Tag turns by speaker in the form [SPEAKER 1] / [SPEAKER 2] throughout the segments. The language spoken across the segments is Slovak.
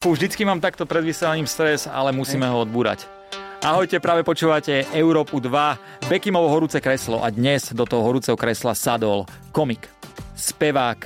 [SPEAKER 1] Fú, vždycky mám takto pred vysielaním stres, ale musíme ho odbúrať. Ahojte, práve počúvate Európu 2, Bekimovo horúce kreslo a dnes do toho horúceho kresla sadol komik, spevák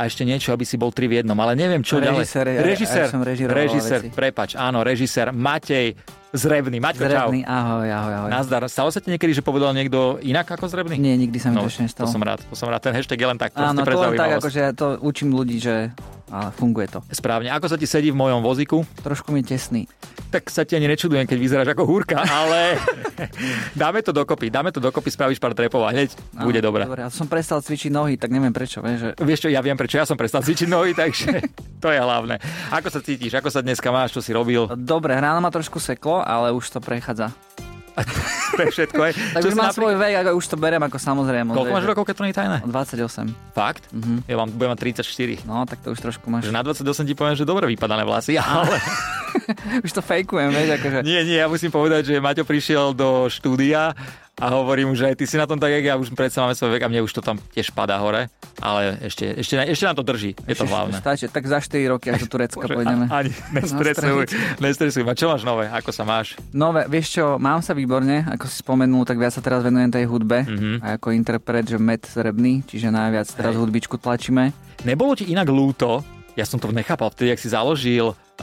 [SPEAKER 1] a ešte niečo, aby si bol tri v jednom, ale neviem čo
[SPEAKER 2] Režisér,
[SPEAKER 1] ďalej.
[SPEAKER 2] ja-
[SPEAKER 1] Režisér,
[SPEAKER 2] ja som režiroval
[SPEAKER 1] režisér,
[SPEAKER 2] veci.
[SPEAKER 1] prepač, áno, režisér Matej Zrebný. Maťko,
[SPEAKER 2] Zrebný,
[SPEAKER 1] čau.
[SPEAKER 2] ahoj, ahoj, ahoj.
[SPEAKER 1] Nazdar. Stalo sa ti niekedy, že povedal niekto inak ako Zrebný?
[SPEAKER 2] Nie, nikdy sa mi
[SPEAKER 1] No,
[SPEAKER 2] to ešte
[SPEAKER 1] to
[SPEAKER 2] nestalo.
[SPEAKER 1] som rád, to som rád. Ten hashtag je len tak, proste
[SPEAKER 2] Áno,
[SPEAKER 1] pre
[SPEAKER 2] to len tak,
[SPEAKER 1] zaujímavosť.
[SPEAKER 2] akože ja to učím ľudí, že ale funguje to.
[SPEAKER 1] Správne. Ako sa ti sedí v mojom voziku?
[SPEAKER 2] Trošku mi tesný.
[SPEAKER 1] Tak sa ti ani nečudujem, keď vyzeráš ako húrka, ale dáme to dokopy, dáme to dokopy, spravíš pár trepov a hneď
[SPEAKER 2] Áno,
[SPEAKER 1] bude dobré.
[SPEAKER 2] Dobre, ja som prestal cvičiť nohy, tak neviem prečo, vieš, že...
[SPEAKER 1] Vieš čo, ja viem, prečo ja som prestal cvičiť nohy, takže to je hlavné. Ako sa cítiš, ako sa dneska máš, čo si robil,
[SPEAKER 2] Dobre, ráno ma trošku seklo, ale už to prechádza.
[SPEAKER 1] to je všetko. Je.
[SPEAKER 2] Tak
[SPEAKER 1] Čo
[SPEAKER 2] už
[SPEAKER 1] si
[SPEAKER 2] mám
[SPEAKER 1] napríklad-
[SPEAKER 2] svoj vek, ako už to berem ako samozrejme.
[SPEAKER 1] Koľko
[SPEAKER 2] vieš,
[SPEAKER 1] máš
[SPEAKER 2] že-
[SPEAKER 1] rokov, keď to nie je tajné?
[SPEAKER 2] 28.
[SPEAKER 1] Fakt?
[SPEAKER 2] Mhm.
[SPEAKER 1] Ja vám, budem mať 34.
[SPEAKER 2] No, tak to už trošku máš.
[SPEAKER 1] Že na 28 ti poviem, že dobre vypadané vlasy, ale
[SPEAKER 2] Už to fejkujem, vieš, akože...
[SPEAKER 1] nie, nie, ja musím povedať, že Maťo prišiel do štúdia a hovorím mu, že aj ty si na tom tak, jak ja už predsa máme svoj vek a mne už to tam tiež padá hore, ale ešte, ešte, ešte nám to drží, je to hlavné.
[SPEAKER 2] Stačí, tak za 4 roky až do Turecka
[SPEAKER 1] Bože,
[SPEAKER 2] pôjdeme.
[SPEAKER 1] a- Ani, nestresuj, nestresuj ma. Čo máš nové? Ako sa máš?
[SPEAKER 2] No, ve- vieš čo, mám sa výborne, ako si spomenul, tak viac sa teraz venujem tej hudbe
[SPEAKER 1] Mhm.
[SPEAKER 2] a ako interpret, že med srebrný, čiže najviac teraz
[SPEAKER 1] Hej.
[SPEAKER 2] hudbičku tlačíme.
[SPEAKER 1] Nebolo ti inak lúto, ja som to nechápal, vtedy, ak si založil uh,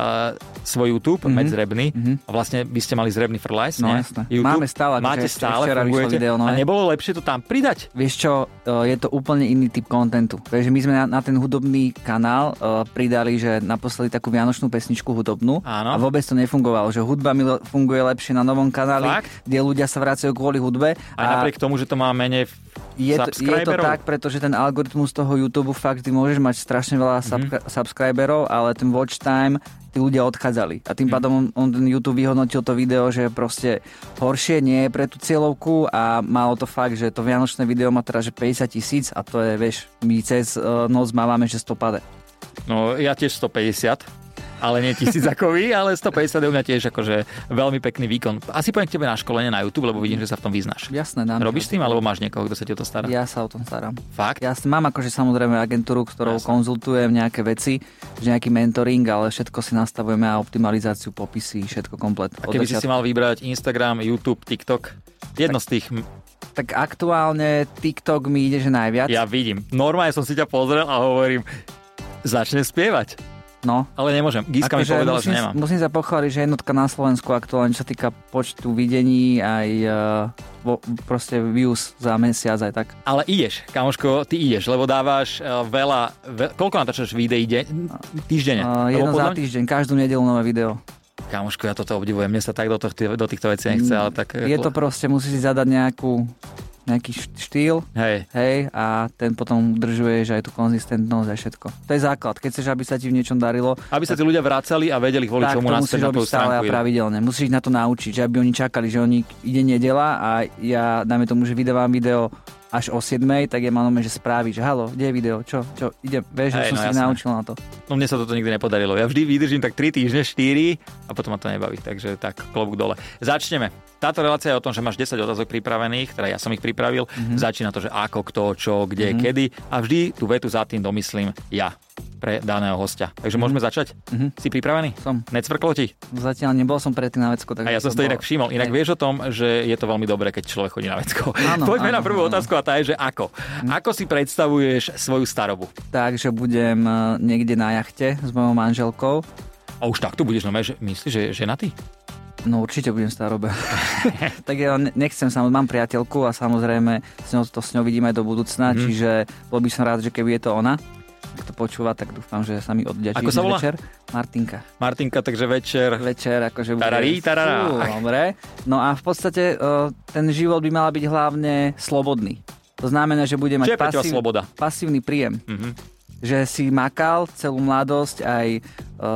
[SPEAKER 1] svoj YouTube, mm-hmm.
[SPEAKER 2] Mhm.
[SPEAKER 1] Medzrebný,
[SPEAKER 2] Mhm.
[SPEAKER 1] a vlastne by ste mali Zrebný Frlies,
[SPEAKER 2] No
[SPEAKER 1] nie?
[SPEAKER 2] jasné.
[SPEAKER 1] YouTube.
[SPEAKER 2] Máme stále, akože
[SPEAKER 1] Máte
[SPEAKER 2] ešte-
[SPEAKER 1] stále,
[SPEAKER 2] včera vyšlo
[SPEAKER 1] fungujete.
[SPEAKER 2] video
[SPEAKER 1] a
[SPEAKER 2] nové.
[SPEAKER 1] nebolo lepšie to tam pridať?
[SPEAKER 2] Vieš čo, e, je to úplne iný typ kontentu. Vieš, že my sme na, na ten hudobný kanál e, pridali, že naposledy takú vianočnú pesničku hudobnú
[SPEAKER 1] Áno.
[SPEAKER 2] a vôbec to nefungovalo, že hudba mi le- funguje lepšie na novom kanáli,
[SPEAKER 1] Fakt?
[SPEAKER 2] kde ľudia sa vracajú kvôli hudbe.
[SPEAKER 1] Aj napriek tomu, že to má menej
[SPEAKER 2] Je to, je to
[SPEAKER 1] subscriberov?
[SPEAKER 2] tak, pretože ten algoritmus toho YouTube fakt, ty môžeš mať strašne
[SPEAKER 1] Mhm.
[SPEAKER 2] veľa mm-hmm. subscriberov, ale ten watch time, tí ľudia odchádzali. A
[SPEAKER 1] Mhm.
[SPEAKER 2] tým pádom on, on ten YouTube vyhodnotil to video, že proste horšie nie je pre tú cieľovku a malo to fakt, že to vianočné video má teraz že 50 tisíc a to je, vieš, my cez eh, noc máme, že stopade.
[SPEAKER 1] No ja tiež 150 ale nie tisícakový, ale 150 je u mňa tiež akože veľmi pekný výkon. Asi poviem k tebe na školenie na YouTube, lebo vidím, že sa v tom vyznáš.
[SPEAKER 2] Jasné, dám.
[SPEAKER 1] Robíš s tým, alebo máš niekoho, kto sa ti o to stará?
[SPEAKER 2] Ja sa o tom starám.
[SPEAKER 1] Fakt?
[SPEAKER 2] Ja s- mám akože samozrejme agentúru, ktorou
[SPEAKER 1] Jasné.
[SPEAKER 2] konzultujem nejaké veci, že nejaký mentoring, ale všetko si nastavujeme a optimalizáciu, popisy, všetko komplet.
[SPEAKER 1] A
[SPEAKER 2] Od
[SPEAKER 1] keby si si
[SPEAKER 2] začiatku.
[SPEAKER 1] mal vybrať Instagram, YouTube, TikTok, jedno z tých, m-
[SPEAKER 2] Tak aktuálne TikTok mi ide, že najviac.
[SPEAKER 1] ja vidím. Normálne som si ťa pozrel a hovorím, začne spievať.
[SPEAKER 2] No.
[SPEAKER 1] Ale nemôžem. Giska mi povedala, že
[SPEAKER 2] Akože musím, no-
[SPEAKER 1] nemám.
[SPEAKER 2] musím sa pochváliť, že jednotka na Slovensku aktuálne, čo sa týka počtu videní aj uh, vo, proste views za mesiac aj tak.
[SPEAKER 1] Ale ideš, kamoško, ty ideš, lebo dávaš e, veľa... Ve, koľko natáčaš videí de, týždenne?
[SPEAKER 2] Uh,
[SPEAKER 1] Lebo
[SPEAKER 2] jedno za
[SPEAKER 1] podľa mňa-
[SPEAKER 2] týždeň, každú nedelu nové video.
[SPEAKER 1] Kamoško, ja toto obdivujem. Mne sa tak do, tohto, do týchto vecí nechce, ale tak... e,
[SPEAKER 2] Mm, Je to proste, musí si zadať nejakú, nejaký št- štýl,
[SPEAKER 1] Hej.
[SPEAKER 2] Hej, a ten potom udržuje, že aj tú konzistentnosť a všetko. To je základ. Keď chceš, aby sa ti v niečom darilo,
[SPEAKER 1] Aby sa ti ľudia vracali a vedeli, kvôli
[SPEAKER 2] tak to
[SPEAKER 1] čomu naspäť
[SPEAKER 2] musíš
[SPEAKER 1] na
[SPEAKER 2] robiť
[SPEAKER 1] tú
[SPEAKER 2] stále a
[SPEAKER 1] stránku idú.
[SPEAKER 2] pravidelne. Musíš ich na to naučiť, že aby oni čakali, že oni ide nedela a ja, dáme tomu, že vydávam video až o 7, tak je malome, že správy, že halo, kde je video, čo, čo, idem,
[SPEAKER 1] Hej,
[SPEAKER 2] vieš, že som
[SPEAKER 1] no
[SPEAKER 2] si ich
[SPEAKER 1] jasné.
[SPEAKER 2] naučil na to.
[SPEAKER 1] No mne sa toto nikdy nepodarilo. Ja vždy vydržím tak 3 týždne, 4 a potom ma to nebaví. Takže tak, klobúk dole. Začneme. Táto relácia je o tom, že máš 10 otázok pripravených, teda ja som ich pripravil.
[SPEAKER 2] Mhm.
[SPEAKER 1] Mm-hmm. Začína to, že ako, kto, čo, kde, mm-hmm. kedy. A vždy tú vetu za tým domyslím ja pre daného hostia.
[SPEAKER 2] Mhm.
[SPEAKER 1] Takže mm-hmm. môžeme začať? Mm-hmm. Si pripravený?
[SPEAKER 2] Som.
[SPEAKER 1] Necvrklo ti?
[SPEAKER 2] Zatiaľ nebol som predtým na vecko, takže...
[SPEAKER 1] A ja som si to
[SPEAKER 2] bolo-
[SPEAKER 1] inak všimol. Inak
[SPEAKER 2] Hej.
[SPEAKER 1] vieš o tom, že je to veľmi dobré, keď človek chodí na vecko.
[SPEAKER 2] Áno,
[SPEAKER 1] Poďme
[SPEAKER 2] áno,
[SPEAKER 1] na prvú
[SPEAKER 2] áno. Hm?
[SPEAKER 1] otázku a tá je, že ako. Ako si predstavuješ svoju starobu?
[SPEAKER 2] Takže budem eh, niekde na jachte s mojou manželkou.
[SPEAKER 1] A už takto budeš, no že myslíš, že je ženatý?
[SPEAKER 2] No určite budem starobe. tak ja ne- nechcem, samozrejme, mám priateľku a samozrejme s ňou, to s ňou vidíme do
[SPEAKER 1] Mhm.
[SPEAKER 2] budúcna, mm. čiže bol by som rád, že keby je to ona, ak to počúva, tak dúfam, že sa mi odďačí
[SPEAKER 1] Ako sa
[SPEAKER 2] dnes
[SPEAKER 1] volá?
[SPEAKER 2] večer. Martinka.
[SPEAKER 1] Martinka, takže večer
[SPEAKER 2] Večer, akože bude...
[SPEAKER 1] Tararí, tarará.
[SPEAKER 2] Fú, dobre. No a v podstate e, ten život by mal byť hlavne slobodný. To znamená, že bude
[SPEAKER 1] Čo
[SPEAKER 2] mať
[SPEAKER 1] je pre teba
[SPEAKER 2] pasív-
[SPEAKER 1] sloboda?
[SPEAKER 2] pasívny príjem.
[SPEAKER 1] Mhm.
[SPEAKER 2] Že si makal celú mladosť aj e,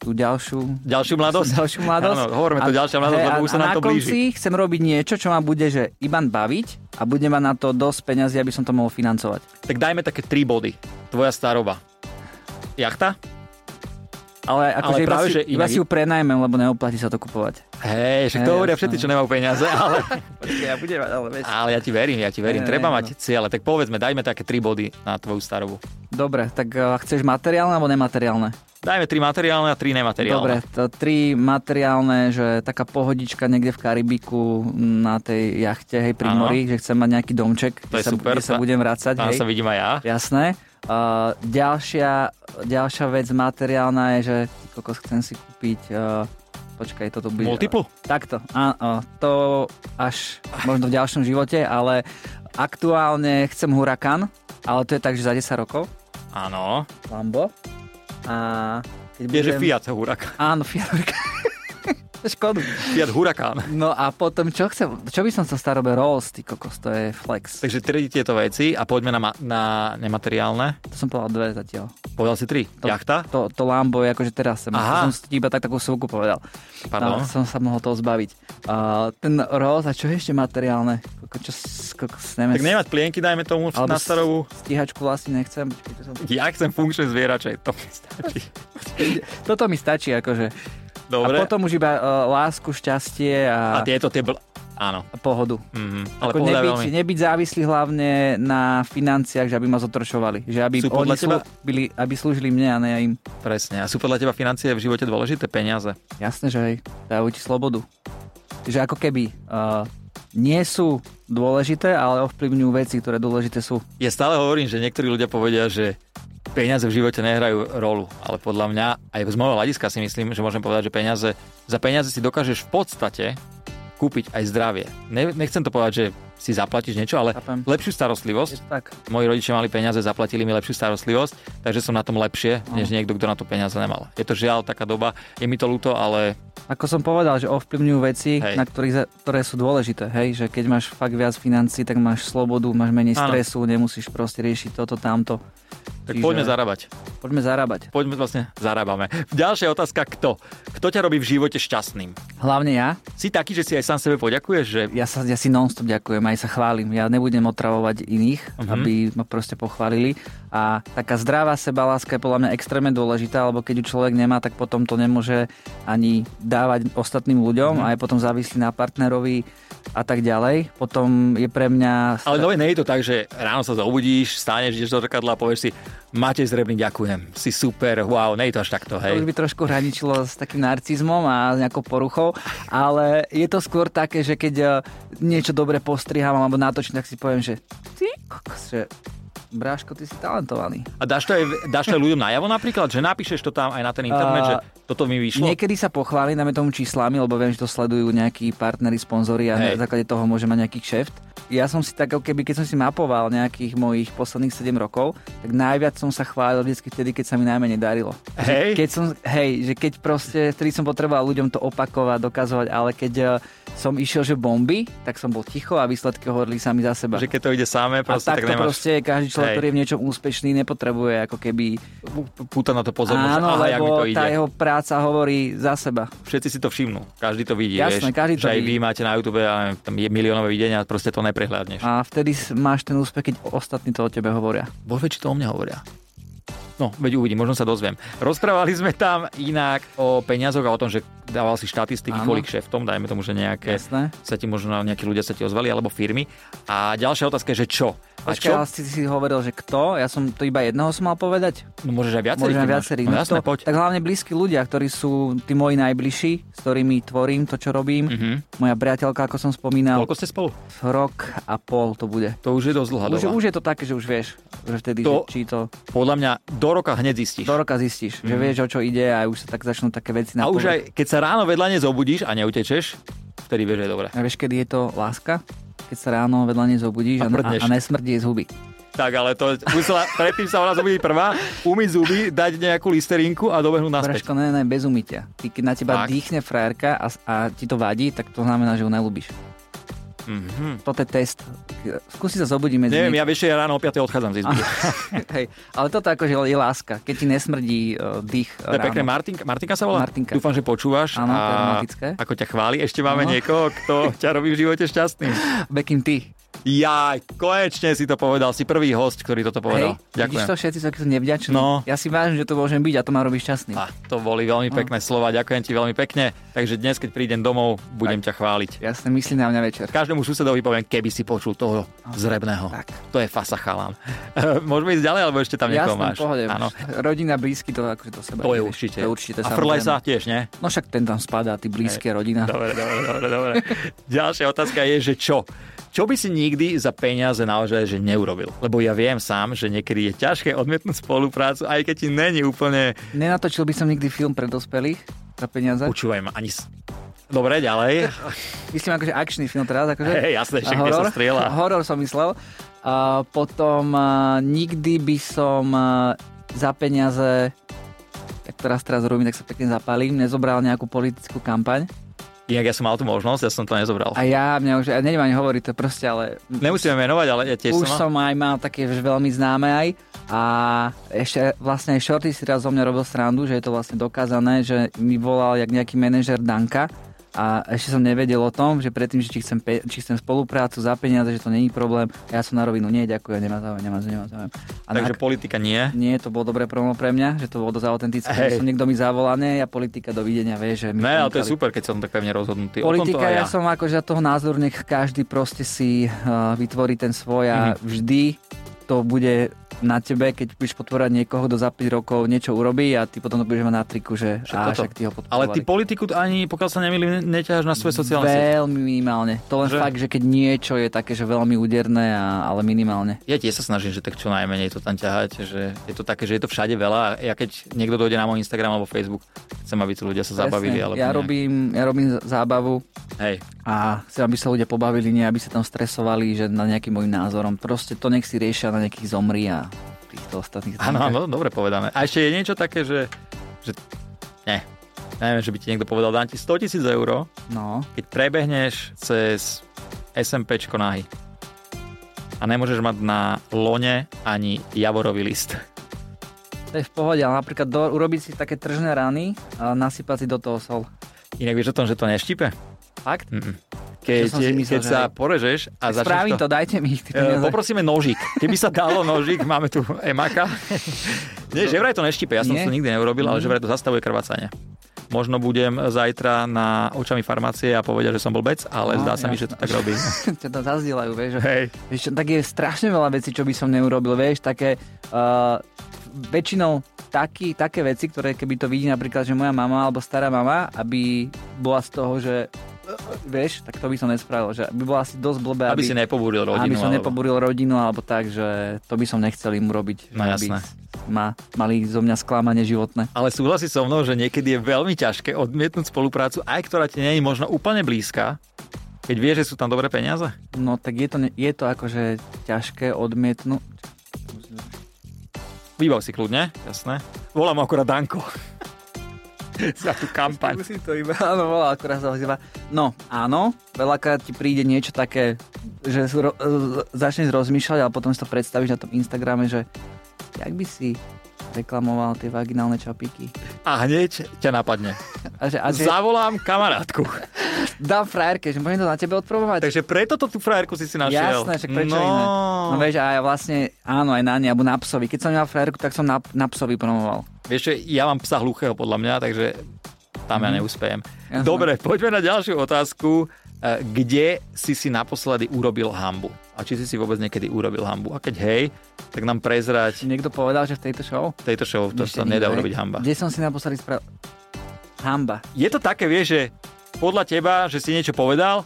[SPEAKER 2] tú ďalšiu
[SPEAKER 1] Ďalšiu mladosť?
[SPEAKER 2] Ďalšiu mladosť.
[SPEAKER 1] Áno, hovoríme to ďalšia mladosť,
[SPEAKER 2] hej,
[SPEAKER 1] lebo už sa
[SPEAKER 2] a
[SPEAKER 1] nám
[SPEAKER 2] na
[SPEAKER 1] to blíži.
[SPEAKER 2] konci chcem robiť niečo, čo ma bude, že iban baviť a budem mať na to dosť peňazí, aby som to mohol financovať.
[SPEAKER 1] Tak dajme také tri body. Tvoja staroba. Jachta?
[SPEAKER 2] Ale, ako,
[SPEAKER 1] Ale
[SPEAKER 2] že iba,
[SPEAKER 1] práve,
[SPEAKER 2] si,
[SPEAKER 1] že
[SPEAKER 2] iba
[SPEAKER 1] inak-
[SPEAKER 2] si ju prenajmem, lebo neoplatí sa to kupovať.
[SPEAKER 1] Hej, však to
[SPEAKER 2] Hej,
[SPEAKER 1] hovoria
[SPEAKER 2] jasné.
[SPEAKER 1] všetci, čo nemajú peniaze, ale,
[SPEAKER 2] Počkej, ja budem mať, ale vieš.
[SPEAKER 1] ale ja ti verím, ja ti verím.
[SPEAKER 2] Hej,
[SPEAKER 1] Treba
[SPEAKER 2] no.
[SPEAKER 1] mať ciele. Tak povedzme, dajme také tri body na tvoju starobu.
[SPEAKER 2] Dobre, tak eh, chceš materiálne e, alebo nemateriálne?
[SPEAKER 1] Dajme tri materiálne a tri nemateriálne.
[SPEAKER 2] Dobre, to tri materiálne, že taká pohodička niekde v Karibiku na tej jachte, hej, pri
[SPEAKER 1] Áno.
[SPEAKER 2] mori, že chcem mať nejaký domček,
[SPEAKER 1] To
[SPEAKER 2] kde,
[SPEAKER 1] je
[SPEAKER 2] sa,
[SPEAKER 1] super,
[SPEAKER 2] kde sa
[SPEAKER 1] tá-
[SPEAKER 2] budem vrácať,
[SPEAKER 1] Tam
[SPEAKER 2] hej.
[SPEAKER 1] sa vidím aj ja.
[SPEAKER 2] Jasné. Uh, ďalšia, ďalšia vec materiálna je, že ty kokos chcem si kúpiť uh, počkaj, toto bude...
[SPEAKER 1] Multiplu?
[SPEAKER 2] Takto, áno, to až možno v ďalšom živote, ale aktuálne chcem Huracan, ale to je tak, že za 10 rokov,
[SPEAKER 1] Áno.
[SPEAKER 2] Lambo. A keď
[SPEAKER 1] Je, že Fiat Huracán.
[SPEAKER 2] Áno, Fiat Huracan. Škodu.
[SPEAKER 1] Fiat Huracán.
[SPEAKER 2] No a potom, čo, chcem, čo by som chcel starobe Rolls, ty kokos, to je flex.
[SPEAKER 1] Takže tri tieto veci a poďme na, ma- na nemateriálne.
[SPEAKER 2] To som povedal dve zatiaľ.
[SPEAKER 1] Povedal si tri.
[SPEAKER 2] To-
[SPEAKER 1] Jachta?
[SPEAKER 2] To, to Lambo je akože teraz sem.
[SPEAKER 1] Aha.
[SPEAKER 2] Aha. Som si iba tak takú súku povedal.
[SPEAKER 1] Pardon.
[SPEAKER 2] No, som sa mohol toho zbaviť. Uh, ten Rolls a čo je ešte materiálne? Koko, čo, s- koko, s- neviem,
[SPEAKER 1] Tak nemať plienky, dajme tomu na
[SPEAKER 2] Alebo s-
[SPEAKER 1] starovú.
[SPEAKER 2] Stíhačku vlastne nechcem. Počkej, čo som...
[SPEAKER 1] Ja chcem funkčné zvierače, to mi stačí.
[SPEAKER 2] Toto mi stačí akože.
[SPEAKER 1] Dobre.
[SPEAKER 2] A potom už iba uh, lásku, šťastie
[SPEAKER 1] a
[SPEAKER 2] a,
[SPEAKER 1] tieto tie bl... Áno.
[SPEAKER 2] a pohodu.
[SPEAKER 1] Mhm. Ale
[SPEAKER 2] Ako
[SPEAKER 1] pohoda
[SPEAKER 2] nebyť,
[SPEAKER 1] veľmi.
[SPEAKER 2] nebyť závislý hlavne na financiách, že aby ma zotročovali. Že aby,
[SPEAKER 1] Sú podľa
[SPEAKER 2] oni
[SPEAKER 1] teba-
[SPEAKER 2] slúbili, aby slúžili mne a ne im.
[SPEAKER 1] Presne. A sú podľa teba financie v živote dôležité? Peniaze?
[SPEAKER 2] Jasné, že hej, dajú ti slobodu. Že ako keby uh, nie sú dôležité, ale ovplyvňujú veci, ktoré dôležité sú.
[SPEAKER 1] Ja stále hovorím, že niektorí ľudia povedia, že peniaze v živote nehrajú rolu, ale podľa mňa aj z môjho hľadiska si myslím, že môžem povedať, že peniaze, za peniaze si dokážeš v podstate kúpiť aj zdravie. Ne, nechcem to povedať, že si zaplatíš niečo, ale
[SPEAKER 2] Chápem.
[SPEAKER 1] lepšiu starostlivosť.
[SPEAKER 2] Je to tak.
[SPEAKER 1] Moji rodičia mali peniaze, zaplatili mi lepšiu starostlivosť, takže som na tom lepšie, než niekto, kto na to peniaze nemal. Je to žiaľ taká doba, je mi to ľúto, ale
[SPEAKER 2] Ako som povedal, že ovplyvňujú veci,
[SPEAKER 1] Hej.
[SPEAKER 2] na ktorých, za- ktoré sú dôležité. Hej, že keď máš fakt viac financí, tak máš slobodu, máš menej
[SPEAKER 1] Áno.
[SPEAKER 2] stresu, nemusíš proste riešiť toto, tamto.
[SPEAKER 1] tak
[SPEAKER 2] Čiže-
[SPEAKER 1] poďme zarábať.
[SPEAKER 2] Poďme zarábať.
[SPEAKER 1] Poďme vlastne, zarábame. Ďalšia otázka, kto? Kto ťa robí v živote šťastným?
[SPEAKER 2] Hlavne ja.
[SPEAKER 1] Si taký, že si aj sám sebe poďakuješ, že
[SPEAKER 2] Ja sa ja si non-stop ďakujem, aj sa chválim. Ja nebudem otravovať iných,
[SPEAKER 1] Mhm.
[SPEAKER 2] uh-huh. aby ma proste pochválili. A taká zdravá sebaláska je podľa mňa extrémne dôležitá, lebo keď ju človek nemá, tak potom to nemôže ani dávať ostatným ľuďom
[SPEAKER 1] Mhm.
[SPEAKER 2] uh-huh. a je potom závislý na partnerovi a tak ďalej. Potom je pre mňa...
[SPEAKER 1] Ale no, nie je to tak, že ráno sa zobudíš, staneš, ideš do zrkadla a povieš si, Matej Zrebný, ďakujem, si super, wow, nie je to až takto,
[SPEAKER 2] To
[SPEAKER 1] hej.
[SPEAKER 2] už by trošku hraničilo s takým narcizmom a nejakou poruchou, ale je to skôr také, že keď eh, niečo dobre postriham alebo natočím, tak si poviem, že ty kokos, že bráško, ty si talentovaný.
[SPEAKER 1] A dáš to, aj, dáš to aj ľuďom najavo napríklad, že napíšeš to tam aj na ten internet,
[SPEAKER 2] A-
[SPEAKER 1] že toto mi vyšlo.
[SPEAKER 2] Niekedy sa pochválim, dáme tomu číslami, lebo viem, že to sledujú nejakí partneri, sponzori a
[SPEAKER 1] Hej.
[SPEAKER 2] na základe toho môže mať nejaký kšeft. Ja som si tak, ako keby keď som si mapoval nejakých mojich posledných 7 rokov, tak najviac som sa chválil vždy vtedy, keď sa mi najmenej darilo.
[SPEAKER 1] Hej.
[SPEAKER 2] Keď som, hej, že keď proste, vtedy som potreboval ľuďom to opakovať, dokazovať, ale keď eh, som išiel, že bomby, tak som bol ticho a výsledky hovorili sami za seba.
[SPEAKER 1] Že keď to ide samé,
[SPEAKER 2] a
[SPEAKER 1] proste, tak
[SPEAKER 2] takto
[SPEAKER 1] nemáš
[SPEAKER 2] proste každý človek,
[SPEAKER 1] Hej.
[SPEAKER 2] ktorý je v niečom úspešný, nepotrebuje ako keby...
[SPEAKER 1] púta na to pozornosť,
[SPEAKER 2] Áno,
[SPEAKER 1] aha, jak mi to
[SPEAKER 2] lebo
[SPEAKER 1] ide.
[SPEAKER 2] tá jeho práca hovorí za seba.
[SPEAKER 1] Všetci si to všimnú, každý to vidí,
[SPEAKER 2] Jasné,
[SPEAKER 1] vieš,
[SPEAKER 2] každý to
[SPEAKER 1] že aj
[SPEAKER 2] vidí.
[SPEAKER 1] vy máte na YouTube ja neviem, tam je miliónové videnia, proste to neprehľadneš.
[SPEAKER 2] A vtedy s- máš ten úspech, keď ostatní to o tebe hovoria.
[SPEAKER 1] Bože, či to o mne hovoria. No, veď uvidím, možno sa dozviem. Rozprávali sme tam inak o peniazoch a o tom, že dával si štatistiky
[SPEAKER 2] Áno.
[SPEAKER 1] kvôli kšeftom, dajme tomu, že nejaké
[SPEAKER 2] Jasné.
[SPEAKER 1] sa ti možno nejakí ľudia sa ti ozvali, alebo firmy. A ďalšia otázka je, že čo? A
[SPEAKER 2] Počkaj, ale
[SPEAKER 1] čo?
[SPEAKER 2] si, si hovoril, že kto? Ja som to iba jedného som mal povedať.
[SPEAKER 1] No, môžeš aj viacerých.
[SPEAKER 2] Možno
[SPEAKER 1] ty máš.
[SPEAKER 2] viacerých.
[SPEAKER 1] No, jasné,
[SPEAKER 2] to,
[SPEAKER 1] poď.
[SPEAKER 2] Tak hlavne blízki ľudia, ktorí sú tí moji najbližší, s ktorými tvorím to, čo robím.
[SPEAKER 1] Mhm.
[SPEAKER 2] Moja priateľka, ako som spomínal,
[SPEAKER 1] Koľko ste spolu?
[SPEAKER 2] rok a pol to bude.
[SPEAKER 1] To už je dosť dlhá
[SPEAKER 2] Už,
[SPEAKER 1] doba.
[SPEAKER 2] už je to také, že už vieš, že vtedy,
[SPEAKER 1] To-
[SPEAKER 2] to... Že, či to
[SPEAKER 1] Podľa mňa do roka hneď zistíš.
[SPEAKER 2] do roka zistíš, že vieš, o čo ide a už sa tak začnú také veci
[SPEAKER 1] Mhm. A už aj
[SPEAKER 2] napovedať.
[SPEAKER 1] keď sa ráno vedľa nezobudíš a neutečeš, vtedy vieš, že je dobré.
[SPEAKER 2] A vieš, kedy je to láska? Keď sa ráno vedľa nezobudíš
[SPEAKER 1] A
[SPEAKER 2] a, a,
[SPEAKER 1] prdneš.
[SPEAKER 2] a nesmrdí z huby.
[SPEAKER 1] Tak, ale to musela, predtým sa ona zobudiť prvá, umyť zuby, dať nejakú listerinku a dobehnúť naspäť.
[SPEAKER 2] Braško, ne, ne, no, bez umytia. Ty, keď na teba
[SPEAKER 1] Fakt?
[SPEAKER 2] dýchne frajerka a, a ti to vadí, tak to znamená, že ju nelúbiš.
[SPEAKER 1] Mhm.
[SPEAKER 2] Toto je test. Skúsi sa zobudiť medzi
[SPEAKER 1] Neviem,
[SPEAKER 2] nimi.
[SPEAKER 1] ja vieš, že ja ráno o 5 odchádzam z izby.
[SPEAKER 2] Hej, ale toto akože je láska, keď ti nesmrdí uh, dých
[SPEAKER 1] To je
[SPEAKER 2] ráno.
[SPEAKER 1] pekné. Martinka, Martinka sa volá?
[SPEAKER 2] Martinka.
[SPEAKER 1] Dúfam, že počúvaš.
[SPEAKER 2] Áno, to je
[SPEAKER 1] a
[SPEAKER 2] romantické.
[SPEAKER 1] ako ťa chváli. Ešte máme
[SPEAKER 2] Áno.
[SPEAKER 1] niekoho, kto ťa robí v živote šťastným.
[SPEAKER 2] Bekim, ty.
[SPEAKER 1] Jaj, konečne si to povedal, si prvý host, ktorý toto povedal.
[SPEAKER 2] Hej, vidíš
[SPEAKER 1] Ďakujem.
[SPEAKER 2] to, všetci sú takí nevďační.
[SPEAKER 1] No. Ah.
[SPEAKER 2] Ja si vážim, že to môžem byť a to ma robí šťastný.
[SPEAKER 1] A, to boli
[SPEAKER 2] No.
[SPEAKER 1] veľmi pekné slova, ďakujem ti veľmi pekne. Takže dnes, keď prídem domov, budem ťa chváliť.
[SPEAKER 2] Jasne, myslí na mňa večer.
[SPEAKER 1] Každému susedovi poviem, keby si počul toho zrebného.
[SPEAKER 2] Tak.
[SPEAKER 1] To je fasa chalán. Môžeme ísť ďalej, alebo ešte tam niekoho
[SPEAKER 2] Jasne,
[SPEAKER 1] máš?
[SPEAKER 2] v pohode.
[SPEAKER 1] Áno.
[SPEAKER 2] Rodina, blízky, to akože do seba.
[SPEAKER 1] To je
[SPEAKER 2] ideš.
[SPEAKER 1] určite.
[SPEAKER 2] To je určite
[SPEAKER 1] A frlej sa
[SPEAKER 2] samozrejme.
[SPEAKER 1] tiež, nie?
[SPEAKER 2] No však ten tam spadá, ty blízke, rodina.
[SPEAKER 1] Dobre, dobre, dobre, dobre. Ďalšia otázka je, že čo? Čo by si nikdy za peniaze naozaj že neurobil? Lebo ja viem sám, že niekedy je ťažké odmietnúť spoluprácu, aj keď ti není úplne...
[SPEAKER 2] Nenatočil by som nikdy film pre dospelých za peniaze.
[SPEAKER 1] Počúvaj ma, ani... s- Dobre, ďalej.
[SPEAKER 2] Myslím akože akčný film teraz. Akože.
[SPEAKER 1] Hej, jasné,
[SPEAKER 2] A
[SPEAKER 1] však kde sa strieľa.
[SPEAKER 2] Horor som myslel. A potom a, nikdy by som a, za peniaze tak teraz teraz robím, tak sa pekne zapalím, nezobral nejakú politickú kampaň.
[SPEAKER 1] Inak ja som mal tú možnosť, ja som to nezobral.
[SPEAKER 2] A ja, mňa už, ja neviem ani hovoriť to proste, ale
[SPEAKER 1] Nemusíme menovať, ale ja tiež
[SPEAKER 2] už
[SPEAKER 1] som... mal-
[SPEAKER 2] som aj mal také že veľmi známe aj. A ešte vlastne aj Shorty si raz zo mňa robil srandu, že je to vlastne dokázané, že mi volal jak nejaký manažer Danka a ešte som nevedel o tom, že predtým, že či chcem, pe- či chcem spoluprácu za peniaze, že to není problém. A ja som na rovinu, nie, ďakujem, nemá záujem, nemá záujem, nemá záujem. A
[SPEAKER 1] Takže
[SPEAKER 2] na-
[SPEAKER 1] politika nie.
[SPEAKER 2] nie, to bolo dobré promo pre mňa, že to bolo dosť autentické,
[SPEAKER 1] Hej.
[SPEAKER 2] že som niekto mi zavolal, nie, ja politika, dovidenia, vieš, že...
[SPEAKER 1] Ne,
[SPEAKER 2] my
[SPEAKER 1] ale to
[SPEAKER 2] komunikali.
[SPEAKER 1] je super, keď som tak pevne rozhodnutý. o
[SPEAKER 2] Politika,
[SPEAKER 1] tomto aj
[SPEAKER 2] ja. som akože za toho názor, nech každý proste si uh, vytvorí ten svoj a
[SPEAKER 1] Mhm.
[SPEAKER 2] vždy to bude na tebe, keď budeš podporovať niekoho, kto za 5 rokov niečo urobí a ty potom to budeš mať na triku, že
[SPEAKER 1] Všetko
[SPEAKER 2] a
[SPEAKER 1] to.
[SPEAKER 2] však ty ho
[SPEAKER 1] Ale
[SPEAKER 2] podporovali.
[SPEAKER 1] ty politiku ani, pokiaľ sa nemýlim, neťaháš na svoje sociálne siete.
[SPEAKER 2] Veľmi minimálne. To len
[SPEAKER 1] Že?
[SPEAKER 2] že? fakt, že keď niečo je také, že veľmi úderné, a, ale minimálne.
[SPEAKER 1] Ja tiež sa snažím, že tak čo najmenej to tam ťahať, že je to také, že je to všade veľa. a Ja keď niekto dojde na môj Instagram alebo Facebook, chcem, aby tí ľudia sa zabavili.
[SPEAKER 2] Presne.
[SPEAKER 1] Alebo
[SPEAKER 2] ja,
[SPEAKER 1] nejak.
[SPEAKER 2] robím, ja robím z- zábavu
[SPEAKER 1] Hej,
[SPEAKER 2] a chcem, aby sa ľudia pobavili, nie aby sa tam stresovali, že na nejakým môjim názorom. Proste to nech si riešia na nejakých zomri a týchto ostatných.
[SPEAKER 1] áno, áno, dobre povedané. A ešte je niečo také, že... že... Ne, neviem, že by ti niekto povedal, dám ti 100 tisíc eur,
[SPEAKER 2] No.
[SPEAKER 1] keď prebehneš cez SMPčko nahy a nemôžeš mať na lone ani javorový list.
[SPEAKER 2] To je v pohode, ale napríklad do, urobiť si také tržné rany a nasypať si do toho sol.
[SPEAKER 1] Inak vieš o tom, že to neštípe?
[SPEAKER 2] Fakt?
[SPEAKER 1] Mm-mm. Keď,
[SPEAKER 2] som si
[SPEAKER 1] keď
[SPEAKER 2] myslel, že
[SPEAKER 1] sa
[SPEAKER 2] hej.
[SPEAKER 1] porežeš a
[SPEAKER 2] Tak
[SPEAKER 1] začneš
[SPEAKER 2] Spravím
[SPEAKER 1] to...
[SPEAKER 2] to, dajte mi ich. Ty
[SPEAKER 1] E,
[SPEAKER 2] peniaze.
[SPEAKER 1] poprosíme nožík. Keby sa dalo nožík, máme tu emaka. Nie, že vraj to neštípe, ja som
[SPEAKER 2] Nie? Mhm.
[SPEAKER 1] to nikdy neurobil, ale že vraj to zastavuje krvácanie. Možno budem zajtra na očami farmácie a povedia, že som blbec, ale
[SPEAKER 2] No,
[SPEAKER 1] zdá sa mi, že
[SPEAKER 2] jasné.
[SPEAKER 1] to tak robí.
[SPEAKER 2] Ťa to zazdielajú, vieš. že-
[SPEAKER 1] Hej.
[SPEAKER 2] vieš čo, tak je strašne veľa vecí, čo by som neurobil, vieš, také... Uh, väčšinou taký, také veci, ktoré keby to vidí napríklad, že moja mama alebo stará mama, aby bola z toho, že eh, vieš, tak to by som nespravil, že by bola asi dosť blbé,
[SPEAKER 1] Aby si nepobúril rodinu.
[SPEAKER 2] aby som
[SPEAKER 1] alebo-
[SPEAKER 2] nepoburil rodinu, alebo tak, že to by som nechcel im urobiť.
[SPEAKER 1] No
[SPEAKER 2] aby
[SPEAKER 1] jasné.
[SPEAKER 2] Ma, mali zo mňa sklamanie životné.
[SPEAKER 1] Ale súhlasí so mnou, že niekedy je veľmi ťažké odmietnúť spoluprácu, aj ktorá ti nie je možno úplne blízka, keď vieš, že sú tam dobré peniaze.
[SPEAKER 2] No tak je to, ne- je to akože ťažké odmietnúť.
[SPEAKER 1] Výbav si kľudne, jasné. Volám akurát Danko. Za tú kampaň.
[SPEAKER 2] Musím to iba. Áno, volá akurát sa ozýva. No, áno, veľakrát ti príde niečo také, že si ro- z- začneš rozmýšľať, ale potom si to predstavíš na tom Instagrame, že jak by si reklamoval tie vaginálne čapíky.
[SPEAKER 1] A hneď ťa napadne.
[SPEAKER 2] A že, a že
[SPEAKER 1] Zavolám kamarátku.
[SPEAKER 2] dám frajerke, že môžem to na tebe odprobovať.
[SPEAKER 1] Takže preto to tú frajerku si si našiel.
[SPEAKER 2] Jasné, však prečo
[SPEAKER 1] no.
[SPEAKER 2] iné? No vieš, a ja vlastne, áno, aj na ne, alebo na psovi. Keď som mal frajerku, tak som na, na psovi promoval.
[SPEAKER 1] Vieš, čo, ja mám psa hluchého podľa mňa, takže tam ja neúspejem.
[SPEAKER 2] Jasné.
[SPEAKER 1] Dobre, poďme na ďalšiu otázku. E, Kde si si naposledy urobil hambu? A či si si vôbec niekedy urobil hambu? A keď hej, tak nám prezrať
[SPEAKER 2] Či niekto povedal, že v tejto show?
[SPEAKER 1] v tejto show, to sa
[SPEAKER 2] Ešte
[SPEAKER 1] nedá
[SPEAKER 2] nikto,
[SPEAKER 1] urobiť
[SPEAKER 2] hej.
[SPEAKER 1] hamba.
[SPEAKER 2] Kde som si naposledy spravil? Hamba.
[SPEAKER 1] Je to také, vieš, že podľa teba, že si niečo povedal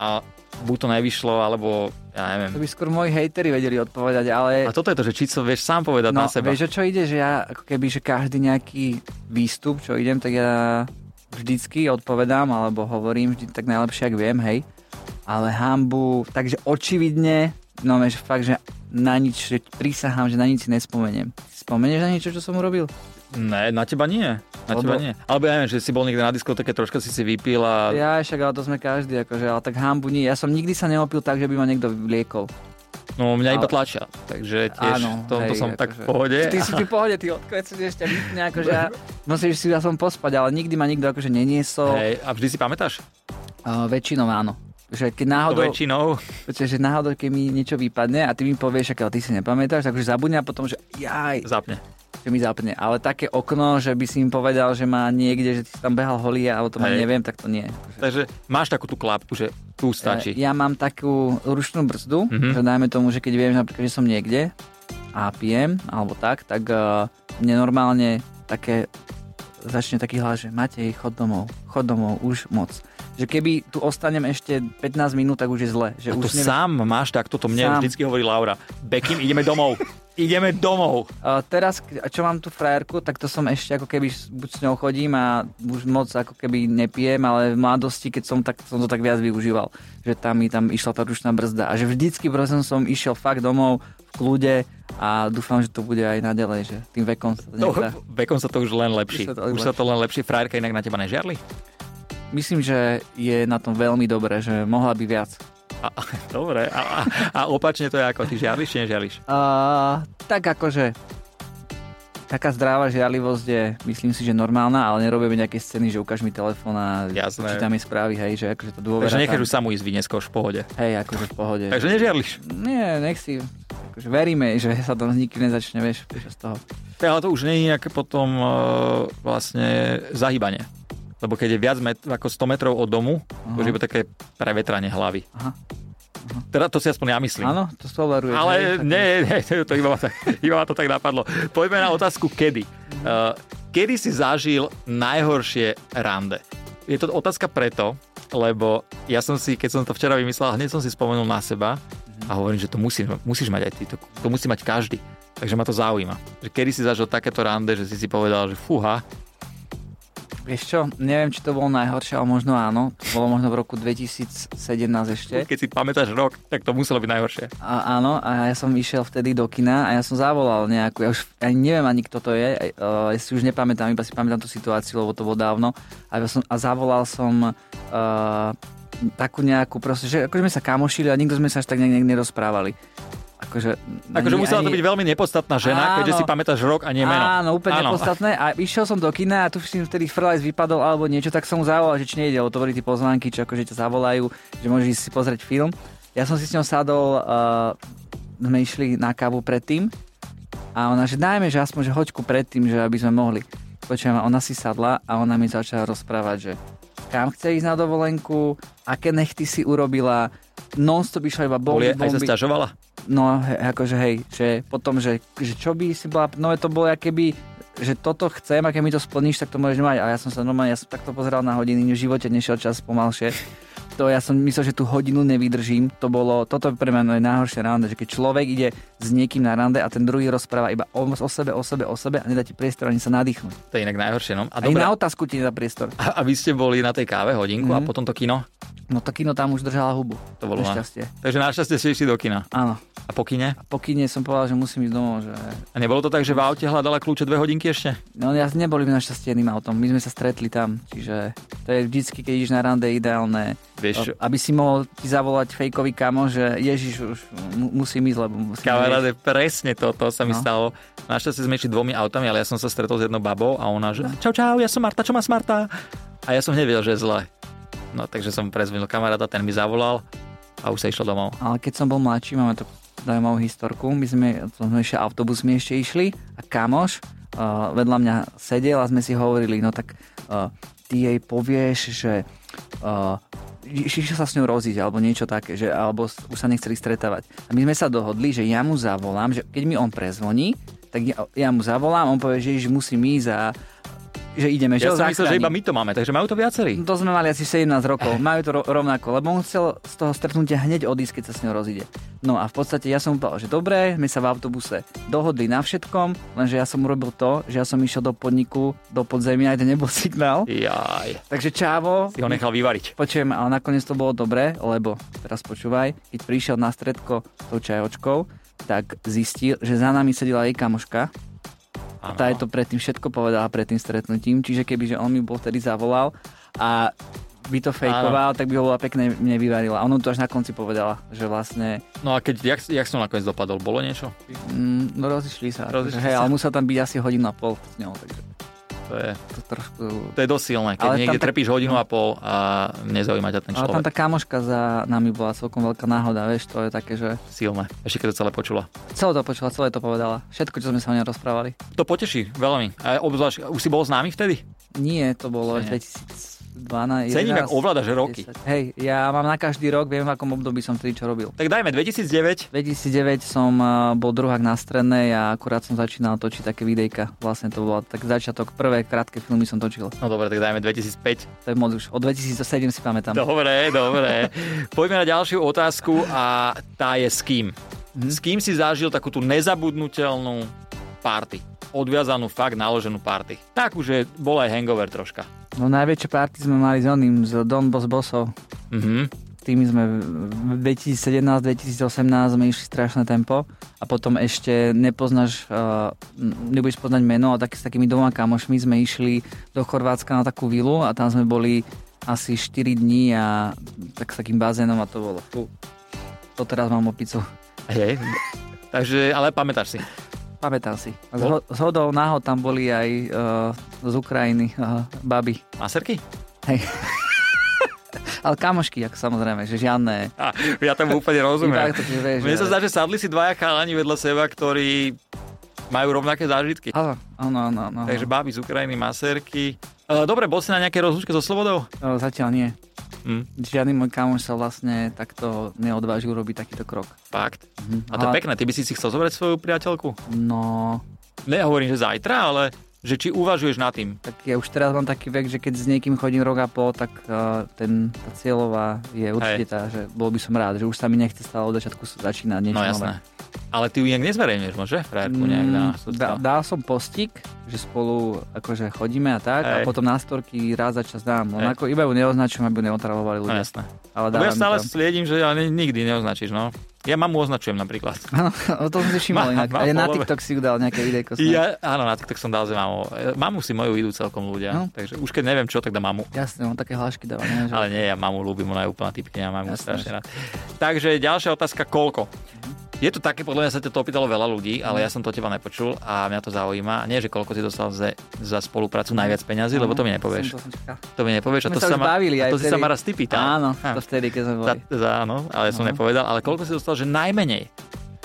[SPEAKER 1] a buď to nevyšlo, alebo ja
[SPEAKER 2] To
[SPEAKER 1] neviem.
[SPEAKER 2] by skôr moji hejteri vedeli odpovedať, ale...
[SPEAKER 1] A toto je to, že či to vieš sám povedať
[SPEAKER 2] No,
[SPEAKER 1] na seba.
[SPEAKER 2] vieš, o čo ide, že ja ako keby, že každý nejaký výstup, čo idem, tak ja vždycky odpovedám, alebo hovorím vždy tak najlepšie, ak viem, hej. Ale hambu, takže očividne, no vieš, fakt, že na nič, že prísahám, že na nič si nespomeniem. Spomenieš na niečo, čo som urobil?
[SPEAKER 1] Ne, na teba nie. Na
[SPEAKER 2] Lebo-
[SPEAKER 1] teba nie. Alebo ja neviem, že si bol niekde na diskoteke, troška si si vypil a... Ja.
[SPEAKER 2] Ja však, ale to sme každý, akože, ale tak hambu nie. Ja som nikdy sa neopil tak, že by ma niekto vliekol.
[SPEAKER 1] No mňa iba
[SPEAKER 2] Ale-
[SPEAKER 1] tlačia. Takže tiež v tomto
[SPEAKER 2] hej,
[SPEAKER 1] som tak v
[SPEAKER 2] akože-
[SPEAKER 1] pohode.
[SPEAKER 2] Ty si ty v pohode, ty odkvecuješ ešte vypne, akože ja musíš si ja som pospať, ale nikdy ma nikto akože neniesol.
[SPEAKER 1] Hej, a vždy si pamätáš?
[SPEAKER 2] Uh, väčšinou áno. že keď
[SPEAKER 1] To
[SPEAKER 2] náhodou,
[SPEAKER 1] väčšinou.
[SPEAKER 2] že náhodou, keď mi niečo vypadne a ty mi povieš, akého ty si nepamätáš, takže zabudne a potom, že jaj,
[SPEAKER 1] Zapne.
[SPEAKER 2] že mi zapne. Ale také okno, že by si im povedal, že má niekde, že ty si tam behal holý a o tom ja
[SPEAKER 1] Hej.
[SPEAKER 2] neviem, tak to nie.
[SPEAKER 1] Takže máš takú tú klapku, že tu stačí.
[SPEAKER 2] E, Ja mám takú ručnú brzdu,
[SPEAKER 1] Mhm.
[SPEAKER 2] že dajme tomu, že keď viem, že napríklad, že som niekde a pijem, alebo tak, tak uh, mne normálne také začne taký hlas, že Matej, chod domov, chod domov, už moc. Že keby tu ostanem ešte 15 minút, tak už je zle.
[SPEAKER 1] A
[SPEAKER 2] Že
[SPEAKER 1] to
[SPEAKER 2] už
[SPEAKER 1] sám máš takto, to mne
[SPEAKER 2] Sám.
[SPEAKER 1] vždycky hovorí Laura. Bekim, ideme domov. ideme domov.
[SPEAKER 2] Uh, teraz, k- čo mám tu frajerku, tak to som ešte ako keby s- buď s ňou chodím a už moc ako keby nepijem, ale v mladosti, keď som, tak, som to tak viac využíval, že tam mi tam išla tá ručná brzda a že vždycky proste som išiel fakt domov v kľude a dúfam, že to bude aj naďalej, že tým vekom sa to
[SPEAKER 1] No,
[SPEAKER 2] nedá.
[SPEAKER 1] vekom sa to už len lepší.
[SPEAKER 2] Už sa to len
[SPEAKER 1] Už sa to len lepší. Frajerka inak na teba nežiarli?
[SPEAKER 2] Myslím, že je na tom veľmi dobré, že mohla by viac.
[SPEAKER 1] A, a, dobre. A, a, a opačne to je ako, ty žiarliš či nežiarliš?
[SPEAKER 2] Uh, tak akože taká zdravá žiarlivosť je, myslím si, že normálna, ale nerobíme nejaké scény, že ukáž mi telefón a
[SPEAKER 1] Jasné.
[SPEAKER 2] čítam jej správy, hej, že akože to dôvera
[SPEAKER 1] Takže necháš
[SPEAKER 2] tam,
[SPEAKER 1] ju samú ísť vyneskôr v pohode.
[SPEAKER 2] hej, akože v pohode.
[SPEAKER 1] Takže nežiarliš.
[SPEAKER 2] Nie, nech si, akože veríme, že sa to s nikým nezačne, vieš, z toho.
[SPEAKER 1] Tak, Ale to už nie je nejaké potom e, vlastne zahýbanie. Lebo keď je viac met- ako 100 metrov od domu, to už je iba také prevetranie hlavy.
[SPEAKER 2] Aha.
[SPEAKER 1] Teda to si aspoň ja myslím.
[SPEAKER 2] Áno, to toleruješ. hej,
[SPEAKER 1] Ale
[SPEAKER 2] tak-
[SPEAKER 1] nie, nie, to iba ma, tak, iba ma to tak napadlo. Poďme na otázku kedy. Uh, kedy si zažil najhoršie rande? Je to otázka preto, lebo ja som si, keď som to včera vymyslel, hneď som si spomenul na seba a hovorím, že to musí, musíš mať aj ty, to, to musí mať každý. Takže ma to zaujíma. Že kedy si zažil takéto rande, že si si povedal, že fúha,
[SPEAKER 2] Vieš čo, neviem, či to bolo najhoršie, ale možno áno. To bolo možno v roku 2017 ešte.
[SPEAKER 1] keď si pamätáš rok, tak to muselo byť najhoršie.
[SPEAKER 2] A, áno, a ja som išiel vtedy do kina a ja som zavolal nejakú, ja už ja neviem ani kto to je, aj, eh, ja si už nepamätám, iba si pamätám tú situáciu, lebo to bolo dávno. A, ja som, a zavolal som eh, takú nejakú, proste, že akože sme sa kamošili a nikto sme sa až tak nejak nerozprávali. Akože,
[SPEAKER 1] Takže musela to byť veľmi nepodstatná žena, keďže
[SPEAKER 2] Áno.
[SPEAKER 1] si pamätáš rok a nie meno.
[SPEAKER 2] Áno, úplne áno. nepodstatné. A išiel som do kina a tu si vtedy Frlies vypadol alebo niečo, tak som mu zavolal, že či nejde otvoriť tie pozvánky, či akože ťa zavolajú, že môžeš ísť si pozrieť film. Ja som si s ňou sadol, uh, sme išli na kávu predtým a ona, že dajme, že aspoň, že hoďku predtým, že aby sme mohli. Počujem, a ona si sadla a ona mi začala rozprávať, že kam chce ísť na dovolenku, aké nechty si urobila, non-stop išla iba
[SPEAKER 1] Boli,
[SPEAKER 2] bomby,
[SPEAKER 1] aj sa
[SPEAKER 2] bomby.
[SPEAKER 1] sťažovala?
[SPEAKER 2] No, he- akože hej, že potom, že, že čo by si bola, no to bolo keby, že toto chcem a keď mi to splníš, tak to môžeš mať. A ja som sa normálne, ja som takto pozeral na hodiny, v živote nešiel čas pomalšie. To ja som myslel, že tú hodinu nevydržím. To bolo, toto je pre mňa najhoršie rande, že keď človek ide s niekým na rande a ten druhý rozpráva iba o, o sebe, o sebe, o sebe a nedá ti priestor ani sa nadýchnuť.
[SPEAKER 1] To je inak najhoršie, no. A,
[SPEAKER 2] Ani
[SPEAKER 1] dobrá,
[SPEAKER 2] na otázku ti nedá priestor.
[SPEAKER 1] A, a vy ste boli na tej káve hodinku mm-hmm. a
[SPEAKER 2] Mhm.
[SPEAKER 1] potom to kino?
[SPEAKER 2] No to kino tam už držala hubu.
[SPEAKER 1] To bolo na.
[SPEAKER 2] Nešťastie.
[SPEAKER 1] Takže našťastie ste išli do kina.
[SPEAKER 2] Áno.
[SPEAKER 1] A po kine?
[SPEAKER 2] A po kine som povedal, že musím ísť domov, že
[SPEAKER 1] A nebolo to tak, že v aute hľadala kľúče dve hodinky ešte?
[SPEAKER 2] No ja neboli sme našťastie jedným autom, my sme sa stretli tam, čiže to je vždycky, keď ideš na rande ideálne,
[SPEAKER 1] Vieš čo?
[SPEAKER 2] aby si mohol ti zavolať fejkový kamo, že Ježiš, už mu- musím ísť, lebo musím ísť.
[SPEAKER 1] Kamaráde, presne toto sa mi no.
[SPEAKER 2] No.
[SPEAKER 1] stalo. Našťastie sme išli dvomi autami, ale ja som sa stretol s jednou babou a ona, že čau, čau, ja som Marta, čo má Marta? A ja som nevedel, že je zle. No takže som prezvinul kamaráta, ten mi zavolal a už sa išlo domov.
[SPEAKER 2] Ale keď som bol mladší, máme to zaujímavú historku, my sme, to sme ešte autobus sme ešte išli a kamoš uh, vedľa mňa sedel a sme si hovorili, no tak uh, ty jej povieš, že uh, iš- išiel sa s ňou roziť alebo niečo také, že, alebo s- už sa nechceli stretávať. A my sme sa dohodli, že ja mu zavolám, že keď mi on prezvoní, tak ja, ja mu zavolám, on povie, že ježiš, musím ísť a že ideme.
[SPEAKER 1] Ja
[SPEAKER 2] ho
[SPEAKER 1] som myslel, že
[SPEAKER 2] zachránim.
[SPEAKER 1] iba my to máme, takže majú to viacerí.
[SPEAKER 2] No To sme mali asi 17 rokov, majú to ro- rovnako, lebo on chcel z toho stretnutia hneď odísť, keď sa s ňou rozíde. No a v podstate ja som mu povedal, že dobre, my sa v autobuse dohodli na všetkom, lenže ja som urobil to, že ja som išiel do podniku, do podzemia, kde nebol signál.
[SPEAKER 1] Jaj,
[SPEAKER 2] Takže čávo,
[SPEAKER 1] si ho nechal vyvariť.
[SPEAKER 2] počujem, ale nakoniec to bolo dobré, lebo teraz počúvaj, keď prišiel na stredko s tou čajočkou, tak zistil, že za nami sedela jej kamoška,
[SPEAKER 1] Áno.
[SPEAKER 2] tá je to predtým všetko povedala pred tým stretnutím, čiže keby, že on mi bol vtedy zavolal a by to fejkoval, tak by ho bola pekne mne vyvarila. A Ono to až na konci povedala, že vlastne
[SPEAKER 1] No a keď, jak, jak som nakoniec dopadol, bolo niečo?
[SPEAKER 2] mm, no rozišli sa.
[SPEAKER 1] Rozišli
[SPEAKER 2] hej,
[SPEAKER 1] sa.
[SPEAKER 2] ale musel tam byť asi hodinu a pol s ňou. Takže.
[SPEAKER 1] To je,
[SPEAKER 2] To trošku...
[SPEAKER 1] to je dosť silné, keď
[SPEAKER 2] Ale tam
[SPEAKER 1] niekde
[SPEAKER 2] tak-
[SPEAKER 1] trpíš hodinu a pol a nezaujíma ťa ten
[SPEAKER 2] Ale tam
[SPEAKER 1] človek.
[SPEAKER 2] tá kamoška za nami bola celkom veľká náhoda, vieš, to je také, že
[SPEAKER 1] Silné. Ešte keď to celé počula.
[SPEAKER 2] celé to počula, celé to povedala. Všetko, čo sme sa o nej rozprávali.
[SPEAKER 1] To poteší veľmi. A obzvlášť, už si bol známy vtedy?
[SPEAKER 2] Nie, to bolo
[SPEAKER 1] Nie.
[SPEAKER 2] 2012.
[SPEAKER 1] Cením,
[SPEAKER 2] 11,
[SPEAKER 1] ak ovládaš roky.
[SPEAKER 2] 10. Hej, ja mám na každý rok, viem, v akom období som vtedy čo robil.
[SPEAKER 1] Tak dajme 2009.
[SPEAKER 2] 2009 som eh, bol druhák na strednej a akurát som začínal točiť také videjka. Vlastne to bolo tak začiatok, prvé krátke filmy som točil.
[SPEAKER 1] No dobre, tak dajme 2005.
[SPEAKER 2] To je moc už. Od 2007 si pamätám.
[SPEAKER 1] Dobre, dobre. Poďme na ďalšiu otázku a tá je s kým?
[SPEAKER 2] Mhm.
[SPEAKER 1] S kým si zažil takú tú nezabudnutelnú party? Odviazanú fakt naloženú party. Takú, že bol aj hangover troška.
[SPEAKER 2] No najväčšie party sme mali s oným, s Don Boss Bossov.
[SPEAKER 1] Mhm.
[SPEAKER 2] Tými sme v 2017-2018 sme išli strašné tempo a potom ešte nepoznáš, uh, nebudeš poznať meno, ale tak, s takými dvoma kamošmi sme išli do Chorvátska na takú vilu a tam sme boli asi 4 dní a tak s takým bazénom a to bolo. Fú. To teraz mám opicu.
[SPEAKER 1] Hej. Takže, ale pamätáš si.
[SPEAKER 2] Pamätám si. Z,
[SPEAKER 1] Bol-
[SPEAKER 2] ho, z hodou náhod tam boli aj uh, z Ukrajiny uh, baby.
[SPEAKER 1] Maserky?
[SPEAKER 2] Hej. Ale kamošky, ako samozrejme, že žiadne.
[SPEAKER 1] A, ja tomu úplne rozumiem.
[SPEAKER 2] Iba to, že vieš,
[SPEAKER 1] Mne
[SPEAKER 2] že-
[SPEAKER 1] sa zdá, že sadli si dvaja chalani vedľa seba, ktorí majú rovnaké zážitky.
[SPEAKER 2] Áno, áno, áno. áno.
[SPEAKER 1] Takže báby z Ukrajiny, maserky. E, Dobre, bol si na nejakej rozlúčke so Slobodou?
[SPEAKER 2] No, Zatiaľ nie.
[SPEAKER 1] Hm,
[SPEAKER 2] Žiadny môj kamoš sa vlastne takto neodvážil robiť takýto krok.
[SPEAKER 1] fakt.
[SPEAKER 2] Mhm.
[SPEAKER 1] A to je
[SPEAKER 2] Ale-
[SPEAKER 1] pekné, ty by si si chcel zobrať svoju priateľku?
[SPEAKER 2] No,
[SPEAKER 1] Nehovorím, že zajtra, ale že či uvažuješ nad tým.
[SPEAKER 2] tak ja už teraz mám taký vek, že keď s niekým chodím rok a pol, tak uh, ten, tá cieľová je určite tá, že bol by som rád, že už sa mi nechce stále od začiatku s- začínať
[SPEAKER 1] No
[SPEAKER 2] niečo nové.
[SPEAKER 1] jasné. Ale ty ju nejak nezverejneš, môže? Frajerku nejak na
[SPEAKER 2] Mm, dá, dal som postik, že spolu akože chodíme a tak a
[SPEAKER 1] Hej.
[SPEAKER 2] potom na storky raz za čas dám. Len
[SPEAKER 1] Hej.
[SPEAKER 2] ako iba ju neoznačujem, aby ju neotravovali
[SPEAKER 1] No
[SPEAKER 2] ľudia.
[SPEAKER 1] jasné.
[SPEAKER 2] Ale
[SPEAKER 1] Lebo
[SPEAKER 2] dávam
[SPEAKER 1] ja
[SPEAKER 2] ju
[SPEAKER 1] stále
[SPEAKER 2] tam.
[SPEAKER 1] sliedím, že ja ni- nikdy neoznačíš, no. Ja mamu označujem napríklad.
[SPEAKER 2] Áno, o tom som si
[SPEAKER 1] Má-
[SPEAKER 2] všimol inak.
[SPEAKER 1] má
[SPEAKER 2] Aj na
[SPEAKER 1] follower.
[SPEAKER 2] TikTok si ju dal nejaké videjko. snad.
[SPEAKER 1] Ja, áno, na TikTok som dal, že mamu. E, Mamu si moju idú celkom ľudia,
[SPEAKER 2] No.
[SPEAKER 1] takže už keď neviem čo, tak dám mamu.
[SPEAKER 2] Jasne, on také hlášky dáva. Ne, že...
[SPEAKER 1] Ale nie, ja mamu ľúbim, ona je úplná typkina, mám ju
[SPEAKER 2] Jasné.
[SPEAKER 1] strašne rád. Takže ďalšia otázka, koľko? Je to také, podľa mňa sa ťa to opýtalo veľa ľudí, ale ja som to teba nepočul a mňa to zaujíma. Nie, že koľko si dostal za, za spoluprácu najviac peňazí, lebo to mi nepovieš.
[SPEAKER 2] Som, to som čakal.
[SPEAKER 1] To mi nepovieš a
[SPEAKER 2] Sme
[SPEAKER 1] to,
[SPEAKER 2] sa
[SPEAKER 1] sa
[SPEAKER 2] už
[SPEAKER 1] ma,
[SPEAKER 2] bavili
[SPEAKER 1] a
[SPEAKER 2] aj
[SPEAKER 1] to si
[SPEAKER 2] vtedy.
[SPEAKER 1] sa ma raz ty pýtal.
[SPEAKER 2] Áno,
[SPEAKER 1] Á,
[SPEAKER 2] to vtedy, keď sme
[SPEAKER 1] za,
[SPEAKER 2] boli.
[SPEAKER 1] za, áno, ale ja som
[SPEAKER 2] No.
[SPEAKER 1] nepovedal. Ale koľko si dostal, že najmenej?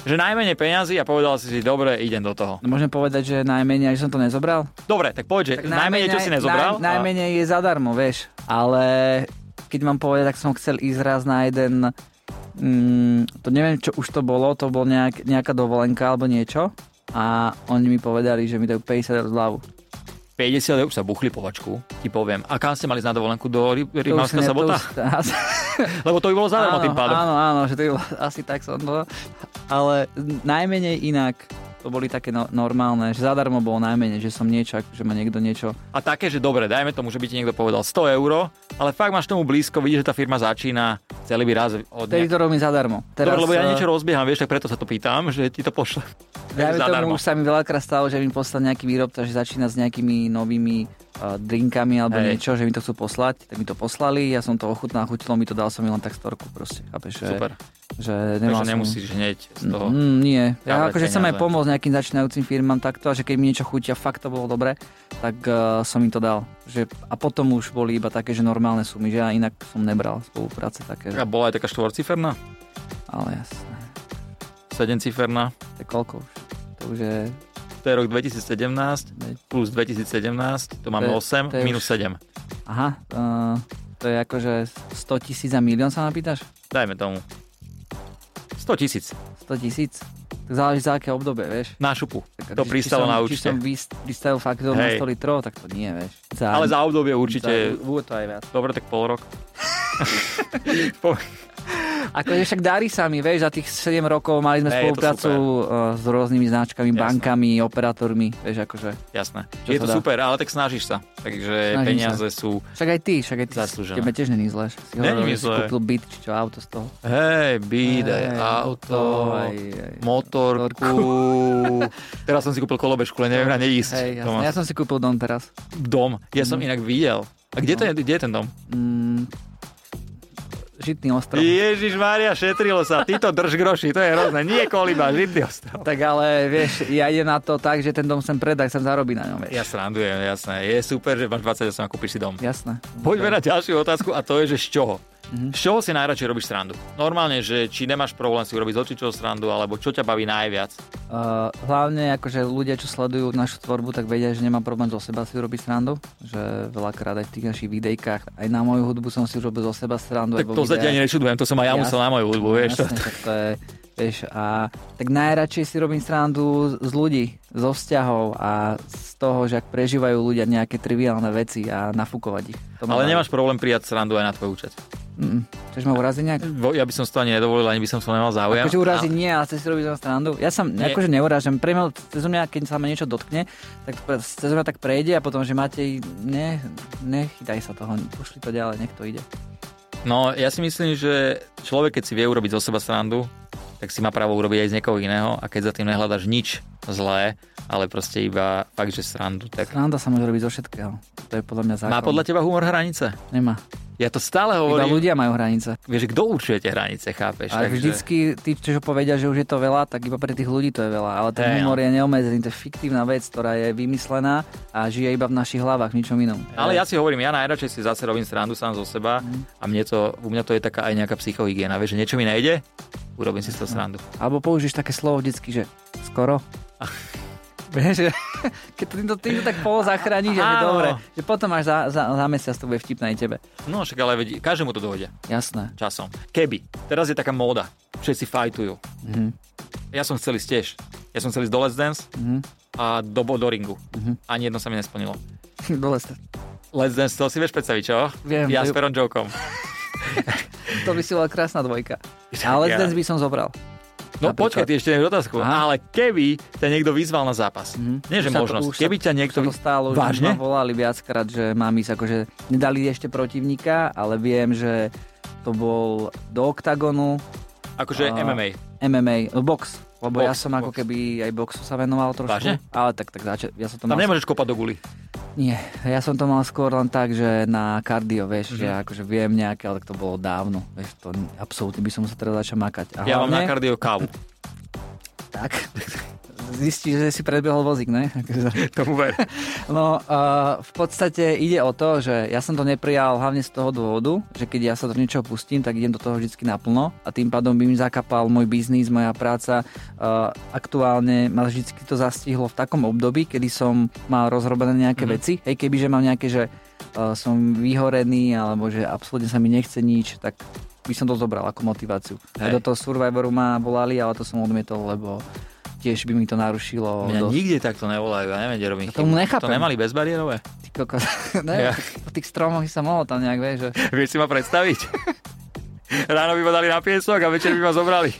[SPEAKER 1] Že najmenej peňazí a povedal si si, dobre, idem do toho.
[SPEAKER 2] No, môžem povedať, že najmenej, že som to nezobral.
[SPEAKER 1] Dobre, tak povedz, že
[SPEAKER 2] Tak
[SPEAKER 1] najmenej, čo si nezobral.
[SPEAKER 2] Naj, najmenej je zadarmo, vieš. Ale keď mám povedať, tak som chcel ísť raz na jeden... Mm, to neviem, čo už to bolo, to bol nejak, nejaká dovolenka alebo niečo. A oni mi povedali, že mi dajú 50 eur zľavu.
[SPEAKER 1] A 50 eur sa buchli povačku, ti poviem. A kam ste mali ísť na dovolenku do Rí-
[SPEAKER 2] To už si
[SPEAKER 1] Rímavského
[SPEAKER 2] ne- to
[SPEAKER 1] sabota?
[SPEAKER 2] už- asi-
[SPEAKER 1] Lebo to by bolo zadarmo
[SPEAKER 2] áno,
[SPEAKER 1] tým pádom.
[SPEAKER 2] Áno, áno, že to bolo, asi tak som to. Ale najmenej inak to boli také no, normálne, že zadarmo bolo najmenej, že som niečo, že ma niekto niečo...
[SPEAKER 1] A také, že dobre, dajme tomu, že by ti niekto povedal 100 eur, ale fakt máš tomu blízko, vidíš, že tá firma začína, chceli by raz od
[SPEAKER 2] Vtedy
[SPEAKER 1] nejak...
[SPEAKER 2] to robím zadarmo.
[SPEAKER 1] Dobre, lebo ja
[SPEAKER 2] eh,
[SPEAKER 1] niečo rozbieham, vieš, tak preto sa to pýtam, že ti to pošle.
[SPEAKER 2] Práve
[SPEAKER 1] zadarmo.
[SPEAKER 2] tomu už sa mi veľakrát stalo, že mi poslal nejaký výrobca, že začína s nejakými novými uh, drinkami alebo
[SPEAKER 1] Hej.
[SPEAKER 2] niečo, že mi to chcú poslať, tak mi to poslali, ja som to ochutnal, chutilo mi to, dal som mi len tak storku proste, chápeš, že,
[SPEAKER 1] Super.
[SPEAKER 2] že
[SPEAKER 1] Takže
[SPEAKER 2] nemal som-
[SPEAKER 1] nemusíš hneď z toho.
[SPEAKER 2] Mm, nie,
[SPEAKER 1] Ďalej
[SPEAKER 2] ja akože chcem aj
[SPEAKER 1] peniaze.
[SPEAKER 2] pomôcť nejakým začínajúcim firmám takto a že keď mi niečo chutia, fakt to bolo dobre, tak uh, som im to dal. Že, a potom už boli iba také, že normálne sumy, že ja inak som nebral spolupráce také,
[SPEAKER 1] A
[SPEAKER 2] že,
[SPEAKER 1] bola aj taká štvorciferná,
[SPEAKER 2] ale jasné,
[SPEAKER 1] sedemciferná.
[SPEAKER 2] to je koľko už? To už je...
[SPEAKER 1] To je rok 2017 plus 2017, to máme
[SPEAKER 2] To je-
[SPEAKER 1] 8,
[SPEAKER 2] to je
[SPEAKER 1] minus 7.
[SPEAKER 2] Aha, uh, to je akože 100 tisíc a milión sa ma pýtaš?
[SPEAKER 1] Dajme tomu. 100 tisíc
[SPEAKER 2] 100 tisíc? Tak záleží za aké obdobie, vieš.
[SPEAKER 1] na šupu.
[SPEAKER 2] Tak, akože,
[SPEAKER 1] To
[SPEAKER 2] či-
[SPEAKER 1] pristalo
[SPEAKER 2] či som,
[SPEAKER 1] na
[SPEAKER 2] Či som
[SPEAKER 1] účte.
[SPEAKER 2] vys- pristavil fakt na
[SPEAKER 1] Hej.
[SPEAKER 2] 100 litrov, tak to nie, vieš. Za,
[SPEAKER 1] Ale za obdobie určite...
[SPEAKER 2] Za, bude to aj viac.
[SPEAKER 1] Dobre, tak pol rok.
[SPEAKER 2] Akože však darí sa mi, vieš, za tých 7 rokov mali sme
[SPEAKER 1] Hej, je to
[SPEAKER 2] spoluprácu eh, s rôznými značkami,
[SPEAKER 1] Jasné.
[SPEAKER 2] bankami, operátormi, vieš, akože.
[SPEAKER 1] Jasné.
[SPEAKER 2] Čo
[SPEAKER 1] Je
[SPEAKER 2] sa
[SPEAKER 1] to
[SPEAKER 2] dá?
[SPEAKER 1] super, ale tak snažíš sa. Takže
[SPEAKER 2] Snažím sa.
[SPEAKER 1] peniaze sú...
[SPEAKER 2] Však aj ty, však aj ty,
[SPEAKER 1] Zaslúžené.
[SPEAKER 2] tebe tiež není zle. však Si
[SPEAKER 1] Není
[SPEAKER 2] hovoril,
[SPEAKER 1] mi
[SPEAKER 2] že si
[SPEAKER 1] zle.
[SPEAKER 2] kúpil byt, či čo, auto z toho.
[SPEAKER 1] Hej, bíde,
[SPEAKER 2] Hej,
[SPEAKER 1] auto,
[SPEAKER 2] aj, aj.
[SPEAKER 1] motorku. Teraz som si kúpil kolobežku, len neviem na nej ísť.
[SPEAKER 2] Hej,
[SPEAKER 1] To
[SPEAKER 2] jasné.
[SPEAKER 1] má-
[SPEAKER 2] Ja som si kúpil dom teraz.
[SPEAKER 1] Dom. Ja som inak videl. A kde,
[SPEAKER 2] No.
[SPEAKER 1] to je, kde je ten dom?
[SPEAKER 2] Mm, žitný ostrov.
[SPEAKER 1] Ježiš Mária, šetrilo sa. Ty to drž groši, to je hrozné. Nie koliba, žitný ostrov.
[SPEAKER 2] Tak ale vieš, ja idem na to tak, že ten dom sem predaj, sem zarobí na ňom, vieš.
[SPEAKER 1] Ja srandujem, jasné. Je super, že máš 28 a kúpiš si dom.
[SPEAKER 2] Jasné.
[SPEAKER 1] Poďme na ďalšiu otázku a to je, že z čoho?
[SPEAKER 2] Mhm.
[SPEAKER 1] Mm-hmm. Z čoho si najradšej robíš srandu? Normálne, že či nemáš problém si urobiť z očičoho srandu, alebo čo ťa baví najviac?
[SPEAKER 2] Uh, hlavne akože ľudia, čo sledujú našu tvorbu, tak vedia, že nemám problém zo seba si urobiť srandu. Že veľakrát aj v tých našich videjkách, aj na moju hudbu som si urobil zo seba srandu.
[SPEAKER 1] Tak
[SPEAKER 2] aj vo
[SPEAKER 1] to
[SPEAKER 2] videách.
[SPEAKER 1] zatiaľ nerešudujem, to som aj ja
[SPEAKER 2] Jasné.
[SPEAKER 1] musel na moju hudbu, vieš. to-
[SPEAKER 2] Jasné, tak to je, vieš, a tak najradšej si robím srandu z- z ľudí, zo vzťahov a z toho, že ak prežívajú ľudia nejaké triviálne veci a nafúkovať ich. To ma
[SPEAKER 1] Ale
[SPEAKER 2] baví.
[SPEAKER 1] nemáš problém prijať srandu aj na tvoj účet.
[SPEAKER 2] Mm, chceš ma uraziť nejak?
[SPEAKER 1] Vo- Ja by som si to ani nedovolil, ani by som sa nemal záujem.
[SPEAKER 2] Akože uraziť
[SPEAKER 1] A-
[SPEAKER 2] nie, ale chceš si robiť zo mňa srandu. Ja sa
[SPEAKER 1] Nie.
[SPEAKER 2] akože neurážam. Pre mňa, cez mňa, keď sa ma niečo dotkne, tak pre- cez mňa tak prejde a potom, že máte, ne, nechytaj sa toho, pošli to ďalej, nech to ide.
[SPEAKER 1] No, ja si myslím, že človek, keď si vie urobiť zo seba srandu, tak si má právo urobiť aj z niekoho iného a keď za tým nehľadaš nič zlé, ale proste iba fakt, že srandu, tak...
[SPEAKER 2] Sranda sa môže robiť zo všetkého. To je podľa mňa zákon.
[SPEAKER 1] Má podľa teba humor hranice?
[SPEAKER 2] Nemá.
[SPEAKER 1] Ja to stále
[SPEAKER 2] Iba
[SPEAKER 1] hovorím.
[SPEAKER 2] ľudia majú hranice.
[SPEAKER 1] Vieš, kto určuje tie hranice, chápeš?
[SPEAKER 2] Ale vždycky tí, čo povedia, že už je to veľa, tak iba pre tých ľudí to je veľa. Ale ten
[SPEAKER 1] Hej, no.
[SPEAKER 2] humor je neomedzený, to je fiktívna vec, ktorá je vymyslená a žije iba v našich hlavách, v ničom inom.
[SPEAKER 1] Ale ja si hovorím, ja najradšej si zase robím srandu sám zo seba
[SPEAKER 2] Mhm.
[SPEAKER 1] a mne to, u mňa to je taká aj nejaká psychohygiena, vieš, že niečo mi nejde, urobím si z
[SPEAKER 2] Mhm.
[SPEAKER 1] toho srandu.
[SPEAKER 2] Alebo použiješ také slovo vždycky, že skoro. Vieš, že keď to týmto, týmto tak polo zachrániš, že
[SPEAKER 1] Áno.
[SPEAKER 2] dobre. Že potom až za, za, za mesiac to bude vtipné aj tebe.
[SPEAKER 1] No však ale veď, každému to dojde
[SPEAKER 2] Jasné.
[SPEAKER 1] časom. Keby, teraz je taká móda, všetci fajtujú.
[SPEAKER 2] Mhm.
[SPEAKER 1] Ja som chcel ísť tiež. Ja som chcel ísť do Let's Dance
[SPEAKER 2] Mhm.
[SPEAKER 1] a do, bo- do ringu.
[SPEAKER 2] Mhm.
[SPEAKER 1] Ani jedno sa mi nesplnilo.
[SPEAKER 2] Dole sa-
[SPEAKER 1] Let's Dance, to si vieš predstaviť, čo?
[SPEAKER 2] Viem,
[SPEAKER 1] ja s
[SPEAKER 2] to je-
[SPEAKER 1] Peron Jokom.
[SPEAKER 2] to by si bola krásna dvojka. Ale
[SPEAKER 1] Ja.
[SPEAKER 2] ja. by som zobral.
[SPEAKER 1] No počkaj,
[SPEAKER 2] Napríklad.
[SPEAKER 1] ty ešte nemáš otázku.
[SPEAKER 2] Aha.
[SPEAKER 1] Ale keby ťa niekto vyzval na zápas.
[SPEAKER 2] Mhm.
[SPEAKER 1] Nie, že
[SPEAKER 2] Už sa to-
[SPEAKER 1] možnosť.
[SPEAKER 2] už sa-
[SPEAKER 1] keby ťa niekto...
[SPEAKER 2] Už sa to stálo, že
[SPEAKER 1] Vážne?
[SPEAKER 2] ma volali viackrát, že mám ísť, akože nedali ešte protivníka, ale viem, že to bol do oktagonu
[SPEAKER 1] Akože
[SPEAKER 2] A-
[SPEAKER 1] MMA.
[SPEAKER 2] MMA, no box, lebo
[SPEAKER 1] Box,
[SPEAKER 2] ja som ako
[SPEAKER 1] box.
[SPEAKER 2] keby aj boxu sa venoval trošku.
[SPEAKER 1] Vážne?
[SPEAKER 2] Ale tak, tak zač- ja som to
[SPEAKER 1] Tam
[SPEAKER 2] mal...
[SPEAKER 1] nemôžeš kopať do guli.
[SPEAKER 2] Nie, ja som to mal skôr len tak, že na kardio,
[SPEAKER 1] Mhm.
[SPEAKER 2] vieš, že akože viem nejaké, ale tak to bolo dávno. Vieš, to n- absolútne by som sa teraz začal makať. A
[SPEAKER 1] Ja mám na
[SPEAKER 2] hlavne,
[SPEAKER 1] kardio kávu.
[SPEAKER 2] Tak, zistíš, že si predbehol vozík, ne? Akože-
[SPEAKER 1] Tomu ver.
[SPEAKER 2] No, uh, v podstate ide o to, že ja som to neprijal hlavne z toho dôvodu, že keď ja sa do niečoho pustím, tak idem do toho vždy naplno a tým pádom by mi zakapal môj biznis, moja práca. Uh, aktuálne ma vždy to zastihlo v takom období, kedy som mal rozrobené nejaké
[SPEAKER 1] Mhm.
[SPEAKER 2] mm-hmm. veci. Hej, kebyže mám nejaké, že uh, som vyhorený alebo že absolútne sa mi nechce nič, tak by som to zobral ako motiváciu.
[SPEAKER 1] Hej.
[SPEAKER 2] Hej. Do toho Survivoru ma volali, ale to som odmietol, lebo tiež by mi to narušilo.
[SPEAKER 1] Mňa
[SPEAKER 2] No, dosť.
[SPEAKER 1] nikde takto nevolajú, ja neviem, kde robím
[SPEAKER 2] Ja tomu
[SPEAKER 1] chybu.
[SPEAKER 2] nechápem.
[SPEAKER 1] To nemali bezbariérové?
[SPEAKER 2] Ty kokos.
[SPEAKER 1] Ja.
[SPEAKER 2] Ne, ja. po tých stromoch by sa mohlo tam nejak, vieš, že...
[SPEAKER 1] Vieš si ma predstaviť? Ráno by ma dali na piesok a večer by ma zobrali.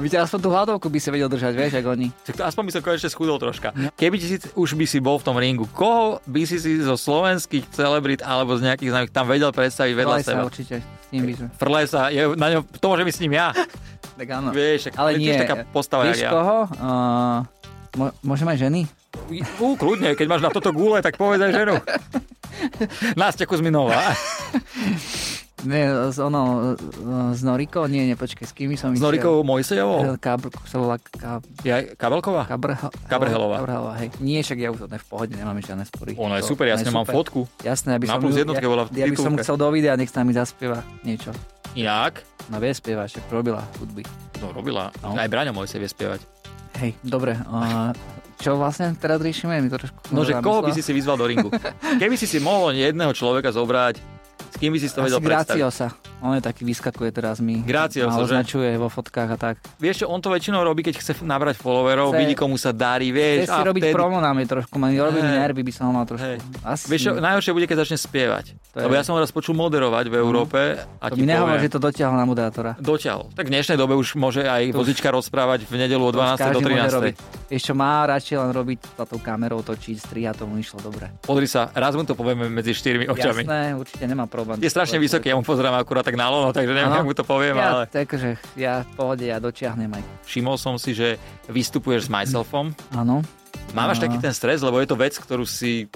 [SPEAKER 2] By ťa aspoň tú hladovku by si vedel držať, vieš, ako oni.
[SPEAKER 1] Tak to aspoň by som konečne schudol troška.
[SPEAKER 2] No.
[SPEAKER 1] Keby ti si, už by si bol v tom ringu, koho by si si zo slovenských celebrit alebo z nejakých známych tam vedel predstaviť vedľa
[SPEAKER 2] Volaj sa
[SPEAKER 1] seba?
[SPEAKER 2] určite, s ním by sme.
[SPEAKER 1] Frlesa, je, na ňom, to môže byť s ním ja.
[SPEAKER 2] Tak áno.
[SPEAKER 1] Vieš,
[SPEAKER 2] No. Ale
[SPEAKER 1] je
[SPEAKER 2] nie,
[SPEAKER 1] tiež taká postava,
[SPEAKER 2] vieš
[SPEAKER 1] jak ja.
[SPEAKER 2] koho? Uh, mo- môžem aj ženy?
[SPEAKER 1] Ú, kľudne, keď máš na toto gule, tak povedaj ženu. Nástia Kuzminová.
[SPEAKER 2] Nie, s ono, eh, s Norikou? Nie, nie, počkaj, s kými som
[SPEAKER 1] S
[SPEAKER 2] išiel?
[SPEAKER 1] Norikou Mojsejovou.
[SPEAKER 2] Eh, Kabr, sa volá Ka-
[SPEAKER 1] Ja, Kabelková?
[SPEAKER 2] Kabrh-
[SPEAKER 1] Kabrhelová.
[SPEAKER 2] Kabrhelová, hej. Nie, však ja už to ne, v pohode, nemáme žiadne spory.
[SPEAKER 1] Ona je
[SPEAKER 2] To-
[SPEAKER 1] super, ja s
[SPEAKER 2] ona je
[SPEAKER 1] ňou mám
[SPEAKER 2] super.
[SPEAKER 1] fotku.
[SPEAKER 2] Jasné, aby
[SPEAKER 1] Na
[SPEAKER 2] som,
[SPEAKER 1] plus
[SPEAKER 2] ju-
[SPEAKER 1] jednotke
[SPEAKER 2] ja-
[SPEAKER 1] bola v
[SPEAKER 2] ja, by som
[SPEAKER 1] titulke.
[SPEAKER 2] chcel do videa, nech s nami zaspieva niečo.
[SPEAKER 1] Inak?
[SPEAKER 2] No vie spievať, však robila hudby.
[SPEAKER 1] No robila.
[SPEAKER 2] No.
[SPEAKER 1] Aj Braňo Mojsej vie spievať.
[SPEAKER 2] Hej, dobre. A čo vlastne teraz riešime? Mi to trošku
[SPEAKER 1] No, že koho by si
[SPEAKER 2] zamyslela.
[SPEAKER 1] si vyzval do ringu? Keby si si mohol jedného človeka zobrať, s kým by si si to vedel
[SPEAKER 2] Asi
[SPEAKER 1] predstaviť?
[SPEAKER 2] Graciosa. On je taký, vyskakuje teraz mi.
[SPEAKER 1] Graciosa, že?
[SPEAKER 2] ma označuje vo fotkách a tak.
[SPEAKER 1] Vieš čo, on to väčšinou robí, keď chce nabrať followerov,
[SPEAKER 2] Chce-
[SPEAKER 1] vidí, komu sa darí,
[SPEAKER 2] Chce
[SPEAKER 1] vieš.
[SPEAKER 2] si robiť promo na mne trošku, ma robí mi
[SPEAKER 1] Hej.
[SPEAKER 2] nervy, by som ho mal trošku.
[SPEAKER 1] Hej.
[SPEAKER 2] Asi,
[SPEAKER 1] Vieš čo, najhoršie bude, keď začne spievať.
[SPEAKER 2] To je- No.
[SPEAKER 1] Lebo ja som ho raz počul moderovať v Európe a ti
[SPEAKER 2] to mi nehovor,
[SPEAKER 1] poviem-
[SPEAKER 2] že to dotiahol na moderátora.
[SPEAKER 1] Dotiahol. Tak v dnešnej dobe už môže aj vozička rozprávať v nedelu o 12. do
[SPEAKER 2] Každý môže
[SPEAKER 1] 13.
[SPEAKER 2] robiť. Vieš čo, má radšej len robiť za tou kamerou, točiť, strihať, tomu išlo dobre.
[SPEAKER 1] Podri sa, raz mu to povieme medzi štyrmi očami.
[SPEAKER 2] Jasné, určite nemá problém.
[SPEAKER 1] Je strašne vysoký, ja mu pozerám akurát tak na lono, takže neviem,
[SPEAKER 2] Áno.
[SPEAKER 1] ako mu to poviem, ale
[SPEAKER 2] Ja, takže, ja v pohode, ja dočiahnem aj. Všimol
[SPEAKER 1] všimol som si, že vystupuješ s myselfom.
[SPEAKER 2] Áno.
[SPEAKER 1] Mávaš
[SPEAKER 2] Áno.
[SPEAKER 1] taký ten stres, lebo je to vec, ktorú si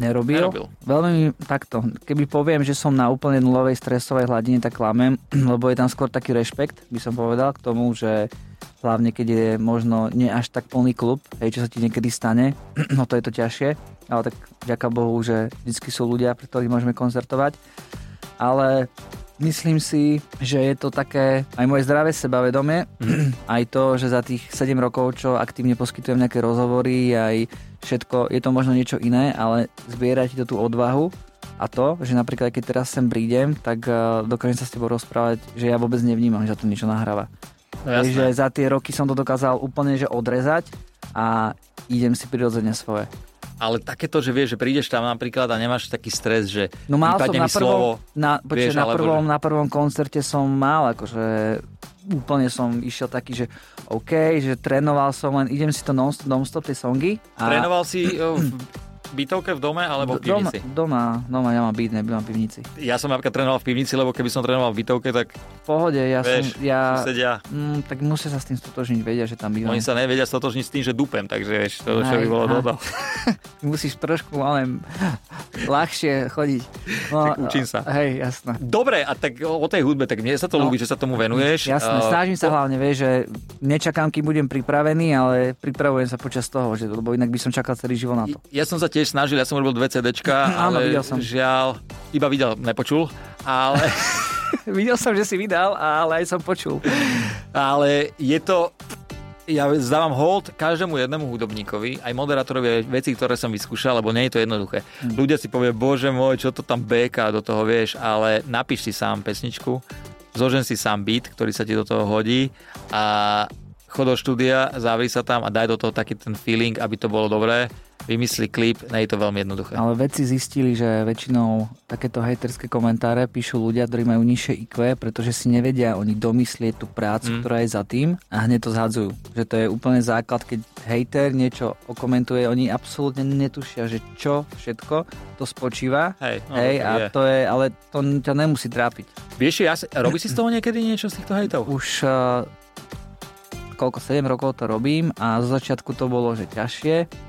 [SPEAKER 2] Nerobil.
[SPEAKER 1] Nerobil.
[SPEAKER 2] Veľmi mi- takto. Keby poviem, že som na úplne nulovej stresovej hladine, tak klamem, lebo je tam skôr taký rešpekt, by som povedal, k tomu, že hlavne keď je možno nie až tak plný klub, hej, čo sa ti niekedy stane, no to je to ťažšie, ale tak ďaká Bohu, že vždycky sú ľudia, pre ktorých môžeme koncertovať. Ale myslím si, že je to také aj moje zdravé sebavedomie,
[SPEAKER 1] Mhm.
[SPEAKER 2] aj to, že za tých 7 rokov, čo aktívne poskytujem nejaké rozhovory, aj všetko, je to možno niečo iné, ale zbiera ti to tú odvahu a to, že napríklad keď teraz sem prídem, tak eh, dokážem sa s tebou rozprávať, že ja vôbec nevnímam, že za to niečo nahráva.
[SPEAKER 1] No
[SPEAKER 2] Takže
[SPEAKER 1] jasné.
[SPEAKER 2] za tie roky som to dokázal úplne že odrezať a idem si prirodzene svoje.
[SPEAKER 1] Ale takéto, že vieš, že prídeš tam napríklad a nemáš taký stres, že
[SPEAKER 2] No mal som
[SPEAKER 1] vypadne
[SPEAKER 2] na
[SPEAKER 1] mi
[SPEAKER 2] prvom,
[SPEAKER 1] slovo.
[SPEAKER 2] na, počkej,
[SPEAKER 1] vieš,
[SPEAKER 2] na,
[SPEAKER 1] alebo
[SPEAKER 2] prvom, na prvom koncerte som mal, akože úplne som išiel taký, že OK, že trénoval som len, idem si to non-stop, non-stop tie songy.
[SPEAKER 1] Trénoval si e, v bytovke v dome alebo v
[SPEAKER 2] doma,
[SPEAKER 1] pivnici?
[SPEAKER 2] doma, doma, ja mám byt, nebývam v pivnici.
[SPEAKER 1] Ja som napríklad trénoval v pivnici, lebo keby som trénoval v bytovke, tak
[SPEAKER 2] V pohode, ja
[SPEAKER 1] vieš,
[SPEAKER 2] som, ja,
[SPEAKER 1] susedia,
[SPEAKER 2] mm, tak musia sa s tým stotožniť, vedia, že tam bývam.
[SPEAKER 1] oni sa nevedia stotožniť s tým, že dupem, takže vieš, to čo
[SPEAKER 2] Aj,
[SPEAKER 1] by bolo
[SPEAKER 2] aj.
[SPEAKER 1] dodal.
[SPEAKER 2] Musíš trošku, ale ľahšie chodiť. No,
[SPEAKER 1] Tak učím sa.
[SPEAKER 2] Hej, jasné.
[SPEAKER 1] Dobre, a tak o o tej hudbe, tak mne sa to
[SPEAKER 2] No.
[SPEAKER 1] ľúbi, že sa tomu venuješ.
[SPEAKER 2] Jasné,
[SPEAKER 1] Eh,
[SPEAKER 2] snažím sa
[SPEAKER 1] po-
[SPEAKER 2] hlavne, vieš, že nečakám, kým budem pripravený, ale pripravujem sa počas toho, že, lebo inak by som čakal celý život na to.
[SPEAKER 1] Ja som sa tiež snažil, ja som robil dve CDčka,
[SPEAKER 2] Áno,
[SPEAKER 1] ale
[SPEAKER 2] videl som.
[SPEAKER 1] žiaľ, iba videl, nepočul, ale,
[SPEAKER 2] Videl som, že si vydal, ale aj som počul.
[SPEAKER 1] ale je to... Ja zdávam hold každému jednému hudobníkovi, aj moderátorovi, aj veci, ktoré som vyskúšal, lebo nie je to jednoduché. Ľudia si povie, bože môj, čo to tam beka do toho, vieš, ale napíš si sám pesničku, zložen si sám beat, ktorý sa ti do toho hodí a chod do štúdia, zavri sa tam a daj do toho taký ten feeling, aby to bolo dobré, vymysli klip, nie je to veľmi jednoduché.
[SPEAKER 2] Ale vedci zistili, že väčšinou takéto hejterské komentáre píšu ľudia, ktorí majú nižšie IQ, pretože si nevedia oni domyslieť tú
[SPEAKER 1] Mm.
[SPEAKER 2] prácu, ktorá je za tým a hneď to zhadzujú. Že to je úplne základ, keď hejter niečo okomentuje, oni absolútne netušia, že čo všetko to spočíva.
[SPEAKER 1] Hej, no,
[SPEAKER 2] Hej,
[SPEAKER 1] to
[SPEAKER 2] a
[SPEAKER 1] je.
[SPEAKER 2] to je, ale to n- ťa nemusí trápiť.
[SPEAKER 1] Vieš, ja, si- robíš si z toho niekedy niečo z týchto hejtov?
[SPEAKER 2] Už uh, koľko, 7 rokov to robím a zo začiatku to bolo, že ťažšie,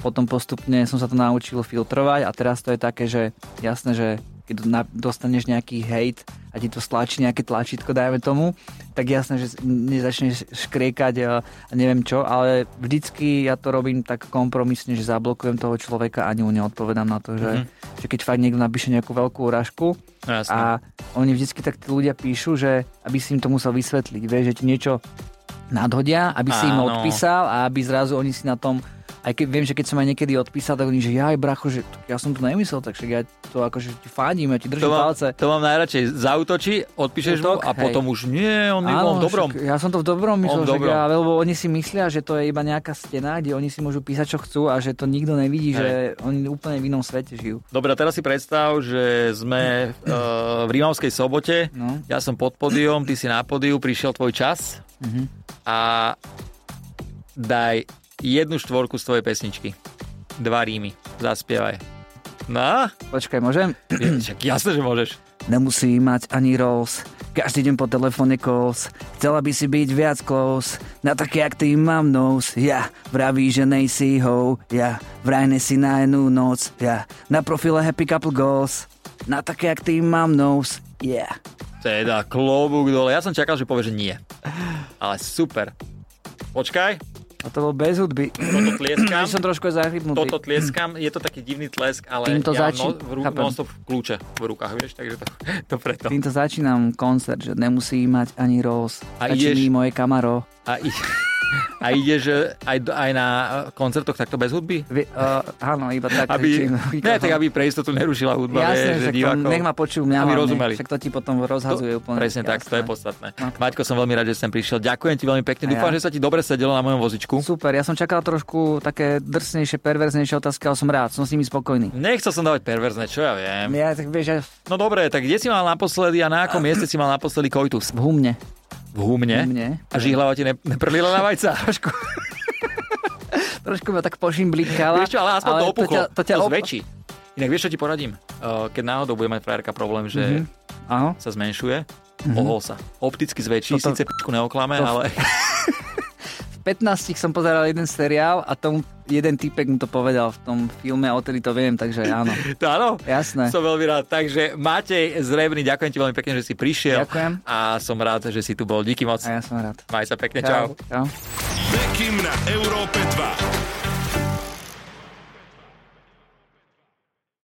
[SPEAKER 2] potom postupne som sa to naučil filtrovať a teraz to je také, že jasné, že keď na, dostaneš nejaký hejt a ti to stlačí nejaké tlačítko, dajme tomu, tak jasné, že s- nezačneš škriekať a, a neviem čo, ale vždycky ja to robím tak kompromisne, že zablokujem toho človeka ani mu neodpovedám na to, že, mm-hmm. že keď fakt niekto napíše nejakú veľkú urážku,
[SPEAKER 1] No, jasné.
[SPEAKER 2] a oni vždycky tak tí ľudia píšu, že aby si im to musel vysvetliť, vieš, že ti niečo nadhodia, aby si im
[SPEAKER 1] Áno.
[SPEAKER 2] odpísal a aby zrazu oni si na tom aj keď viem, že keď som aj niekedy odpísal, tak oni, že ja aj bracho, že tak ja som to nemyslel, tak však ja to akože ti fandím, ja ti
[SPEAKER 1] to,
[SPEAKER 2] držím
[SPEAKER 1] mám,
[SPEAKER 2] palce.
[SPEAKER 1] to mám najradšej. Zautočí, odpíšeš mu
[SPEAKER 2] Útok,
[SPEAKER 1] a
[SPEAKER 2] hej.
[SPEAKER 1] potom už nie, on nebol v dobrom.
[SPEAKER 2] Však, ja som to v dobrom myslel, že
[SPEAKER 1] dobrom.
[SPEAKER 2] ja, lebo oni si myslia, že to je iba nejaká stena, kde oni si môžu písať, čo chcú a že to nikto
[SPEAKER 1] Hej.
[SPEAKER 2] nevidí, že oni úplne v inom svete žijú.
[SPEAKER 1] Dobre, a teraz si predstav, že sme eh, v Rímavskej sobote,
[SPEAKER 2] No.
[SPEAKER 1] ja som pod podium, ty si na podiu, prišiel tvoj čas
[SPEAKER 2] Mhm.
[SPEAKER 1] a daj jednu štvorku z tvojej pesničky. Dva rímy. Zaspievaj. No,
[SPEAKER 2] Počkaj, môžem?
[SPEAKER 1] je- však jasné, že môžeš.
[SPEAKER 2] Nemusí mať ani Rolls, každý deň po telefóne calls. Chcela by si byť viac close, na také jak ty mám nos. Ja vraví, že nejsi ho, ja vraj si na jednu noc. Ja na profile Happy Couple Goals, na také jak ty mám nos. Yeah.
[SPEAKER 1] Teda klobúk dole. Ja som čakal, že povieš, že nie. Ale super. Počkaj,
[SPEAKER 2] A to bol bez hudby.
[SPEAKER 1] toto tlieskam.
[SPEAKER 2] som trošku aj zahybnutý.
[SPEAKER 1] Toto tlieskam, je to taký divný tlesk, ale
[SPEAKER 2] Týmto
[SPEAKER 1] ja no,
[SPEAKER 2] začín-
[SPEAKER 1] v rú,
[SPEAKER 2] chápem.
[SPEAKER 1] nonstop kľúče v rukách, vieš, takže to, to preto.
[SPEAKER 2] Týmto začínam koncert, že nemusí mať ani Rolls.
[SPEAKER 1] A Stačí ideš- mi
[SPEAKER 2] moje kamaro.
[SPEAKER 1] A, i, a ideš e, aj, do- aj na e, koncertoch takto bez hudby?
[SPEAKER 2] áno, iba tak.
[SPEAKER 1] Aby, ne, tak aby pre istotu nerušila hudba,
[SPEAKER 2] Jasné,
[SPEAKER 1] vieš, že
[SPEAKER 2] že
[SPEAKER 1] divákov.
[SPEAKER 2] nech ma počujú mňa.
[SPEAKER 1] Aby
[SPEAKER 2] hlavne.
[SPEAKER 1] rozumeli.
[SPEAKER 2] Však to ti potom rozhazuje úplne.
[SPEAKER 1] Presne tak, to je
[SPEAKER 2] Jasné.
[SPEAKER 1] podstatné.
[SPEAKER 2] Matko.
[SPEAKER 1] Maťko, som veľmi rád, že sem prišiel. Ďakujem ti veľmi pekne.
[SPEAKER 2] A ja.
[SPEAKER 1] Dúfam, že sa ti dobre sedelo na mojom vozičku.
[SPEAKER 2] Super, ja som čakal trošku také drsnejšie, perverznejšie otázky, ale som rád, som s nimi spokojný.
[SPEAKER 1] Nechcel som dávať perverzne, čo ja viem.
[SPEAKER 2] Ja tak vieš, aj
[SPEAKER 1] No dobre, tak kde si mal naposledy a na akom mieste si mal naposledy koitus?
[SPEAKER 2] v humne.
[SPEAKER 1] V humne.
[SPEAKER 2] V humne.
[SPEAKER 1] A žihlava ti ne, neprlila na vajca? Trošku.
[SPEAKER 2] Trošku ma tak pošimblíkala.
[SPEAKER 1] Vieš čo, ale aspoň to opuchlo,
[SPEAKER 2] To ťa, to ťa op-
[SPEAKER 1] zväčší. Inak vieš, čo ti poradím? Eh, Keď náhodou bude mať frajerka problém, že
[SPEAKER 2] Mhm. Áno.
[SPEAKER 1] sa zmenšuje, ohol sa. Opticky zväčší,
[SPEAKER 2] Toto-
[SPEAKER 1] síce p***ku neoklame,
[SPEAKER 2] to-
[SPEAKER 1] ale
[SPEAKER 2] V 15 som pozeral jeden seriál a tomu jeden typek mu to povedal v tom filme, a odtedy to viem, takže áno.
[SPEAKER 1] To áno?
[SPEAKER 2] Jasné.
[SPEAKER 1] Som veľmi rád. Takže Matej Zrebný, ďakujem ti veľmi pekne, že si prišiel.
[SPEAKER 2] Ďakujem.
[SPEAKER 1] A som rád, že si tu bol. Díky moc.
[SPEAKER 2] A ja som rád.
[SPEAKER 1] Maj sa pekne, čau.
[SPEAKER 2] Čau.
[SPEAKER 3] Bekim na Európe 2.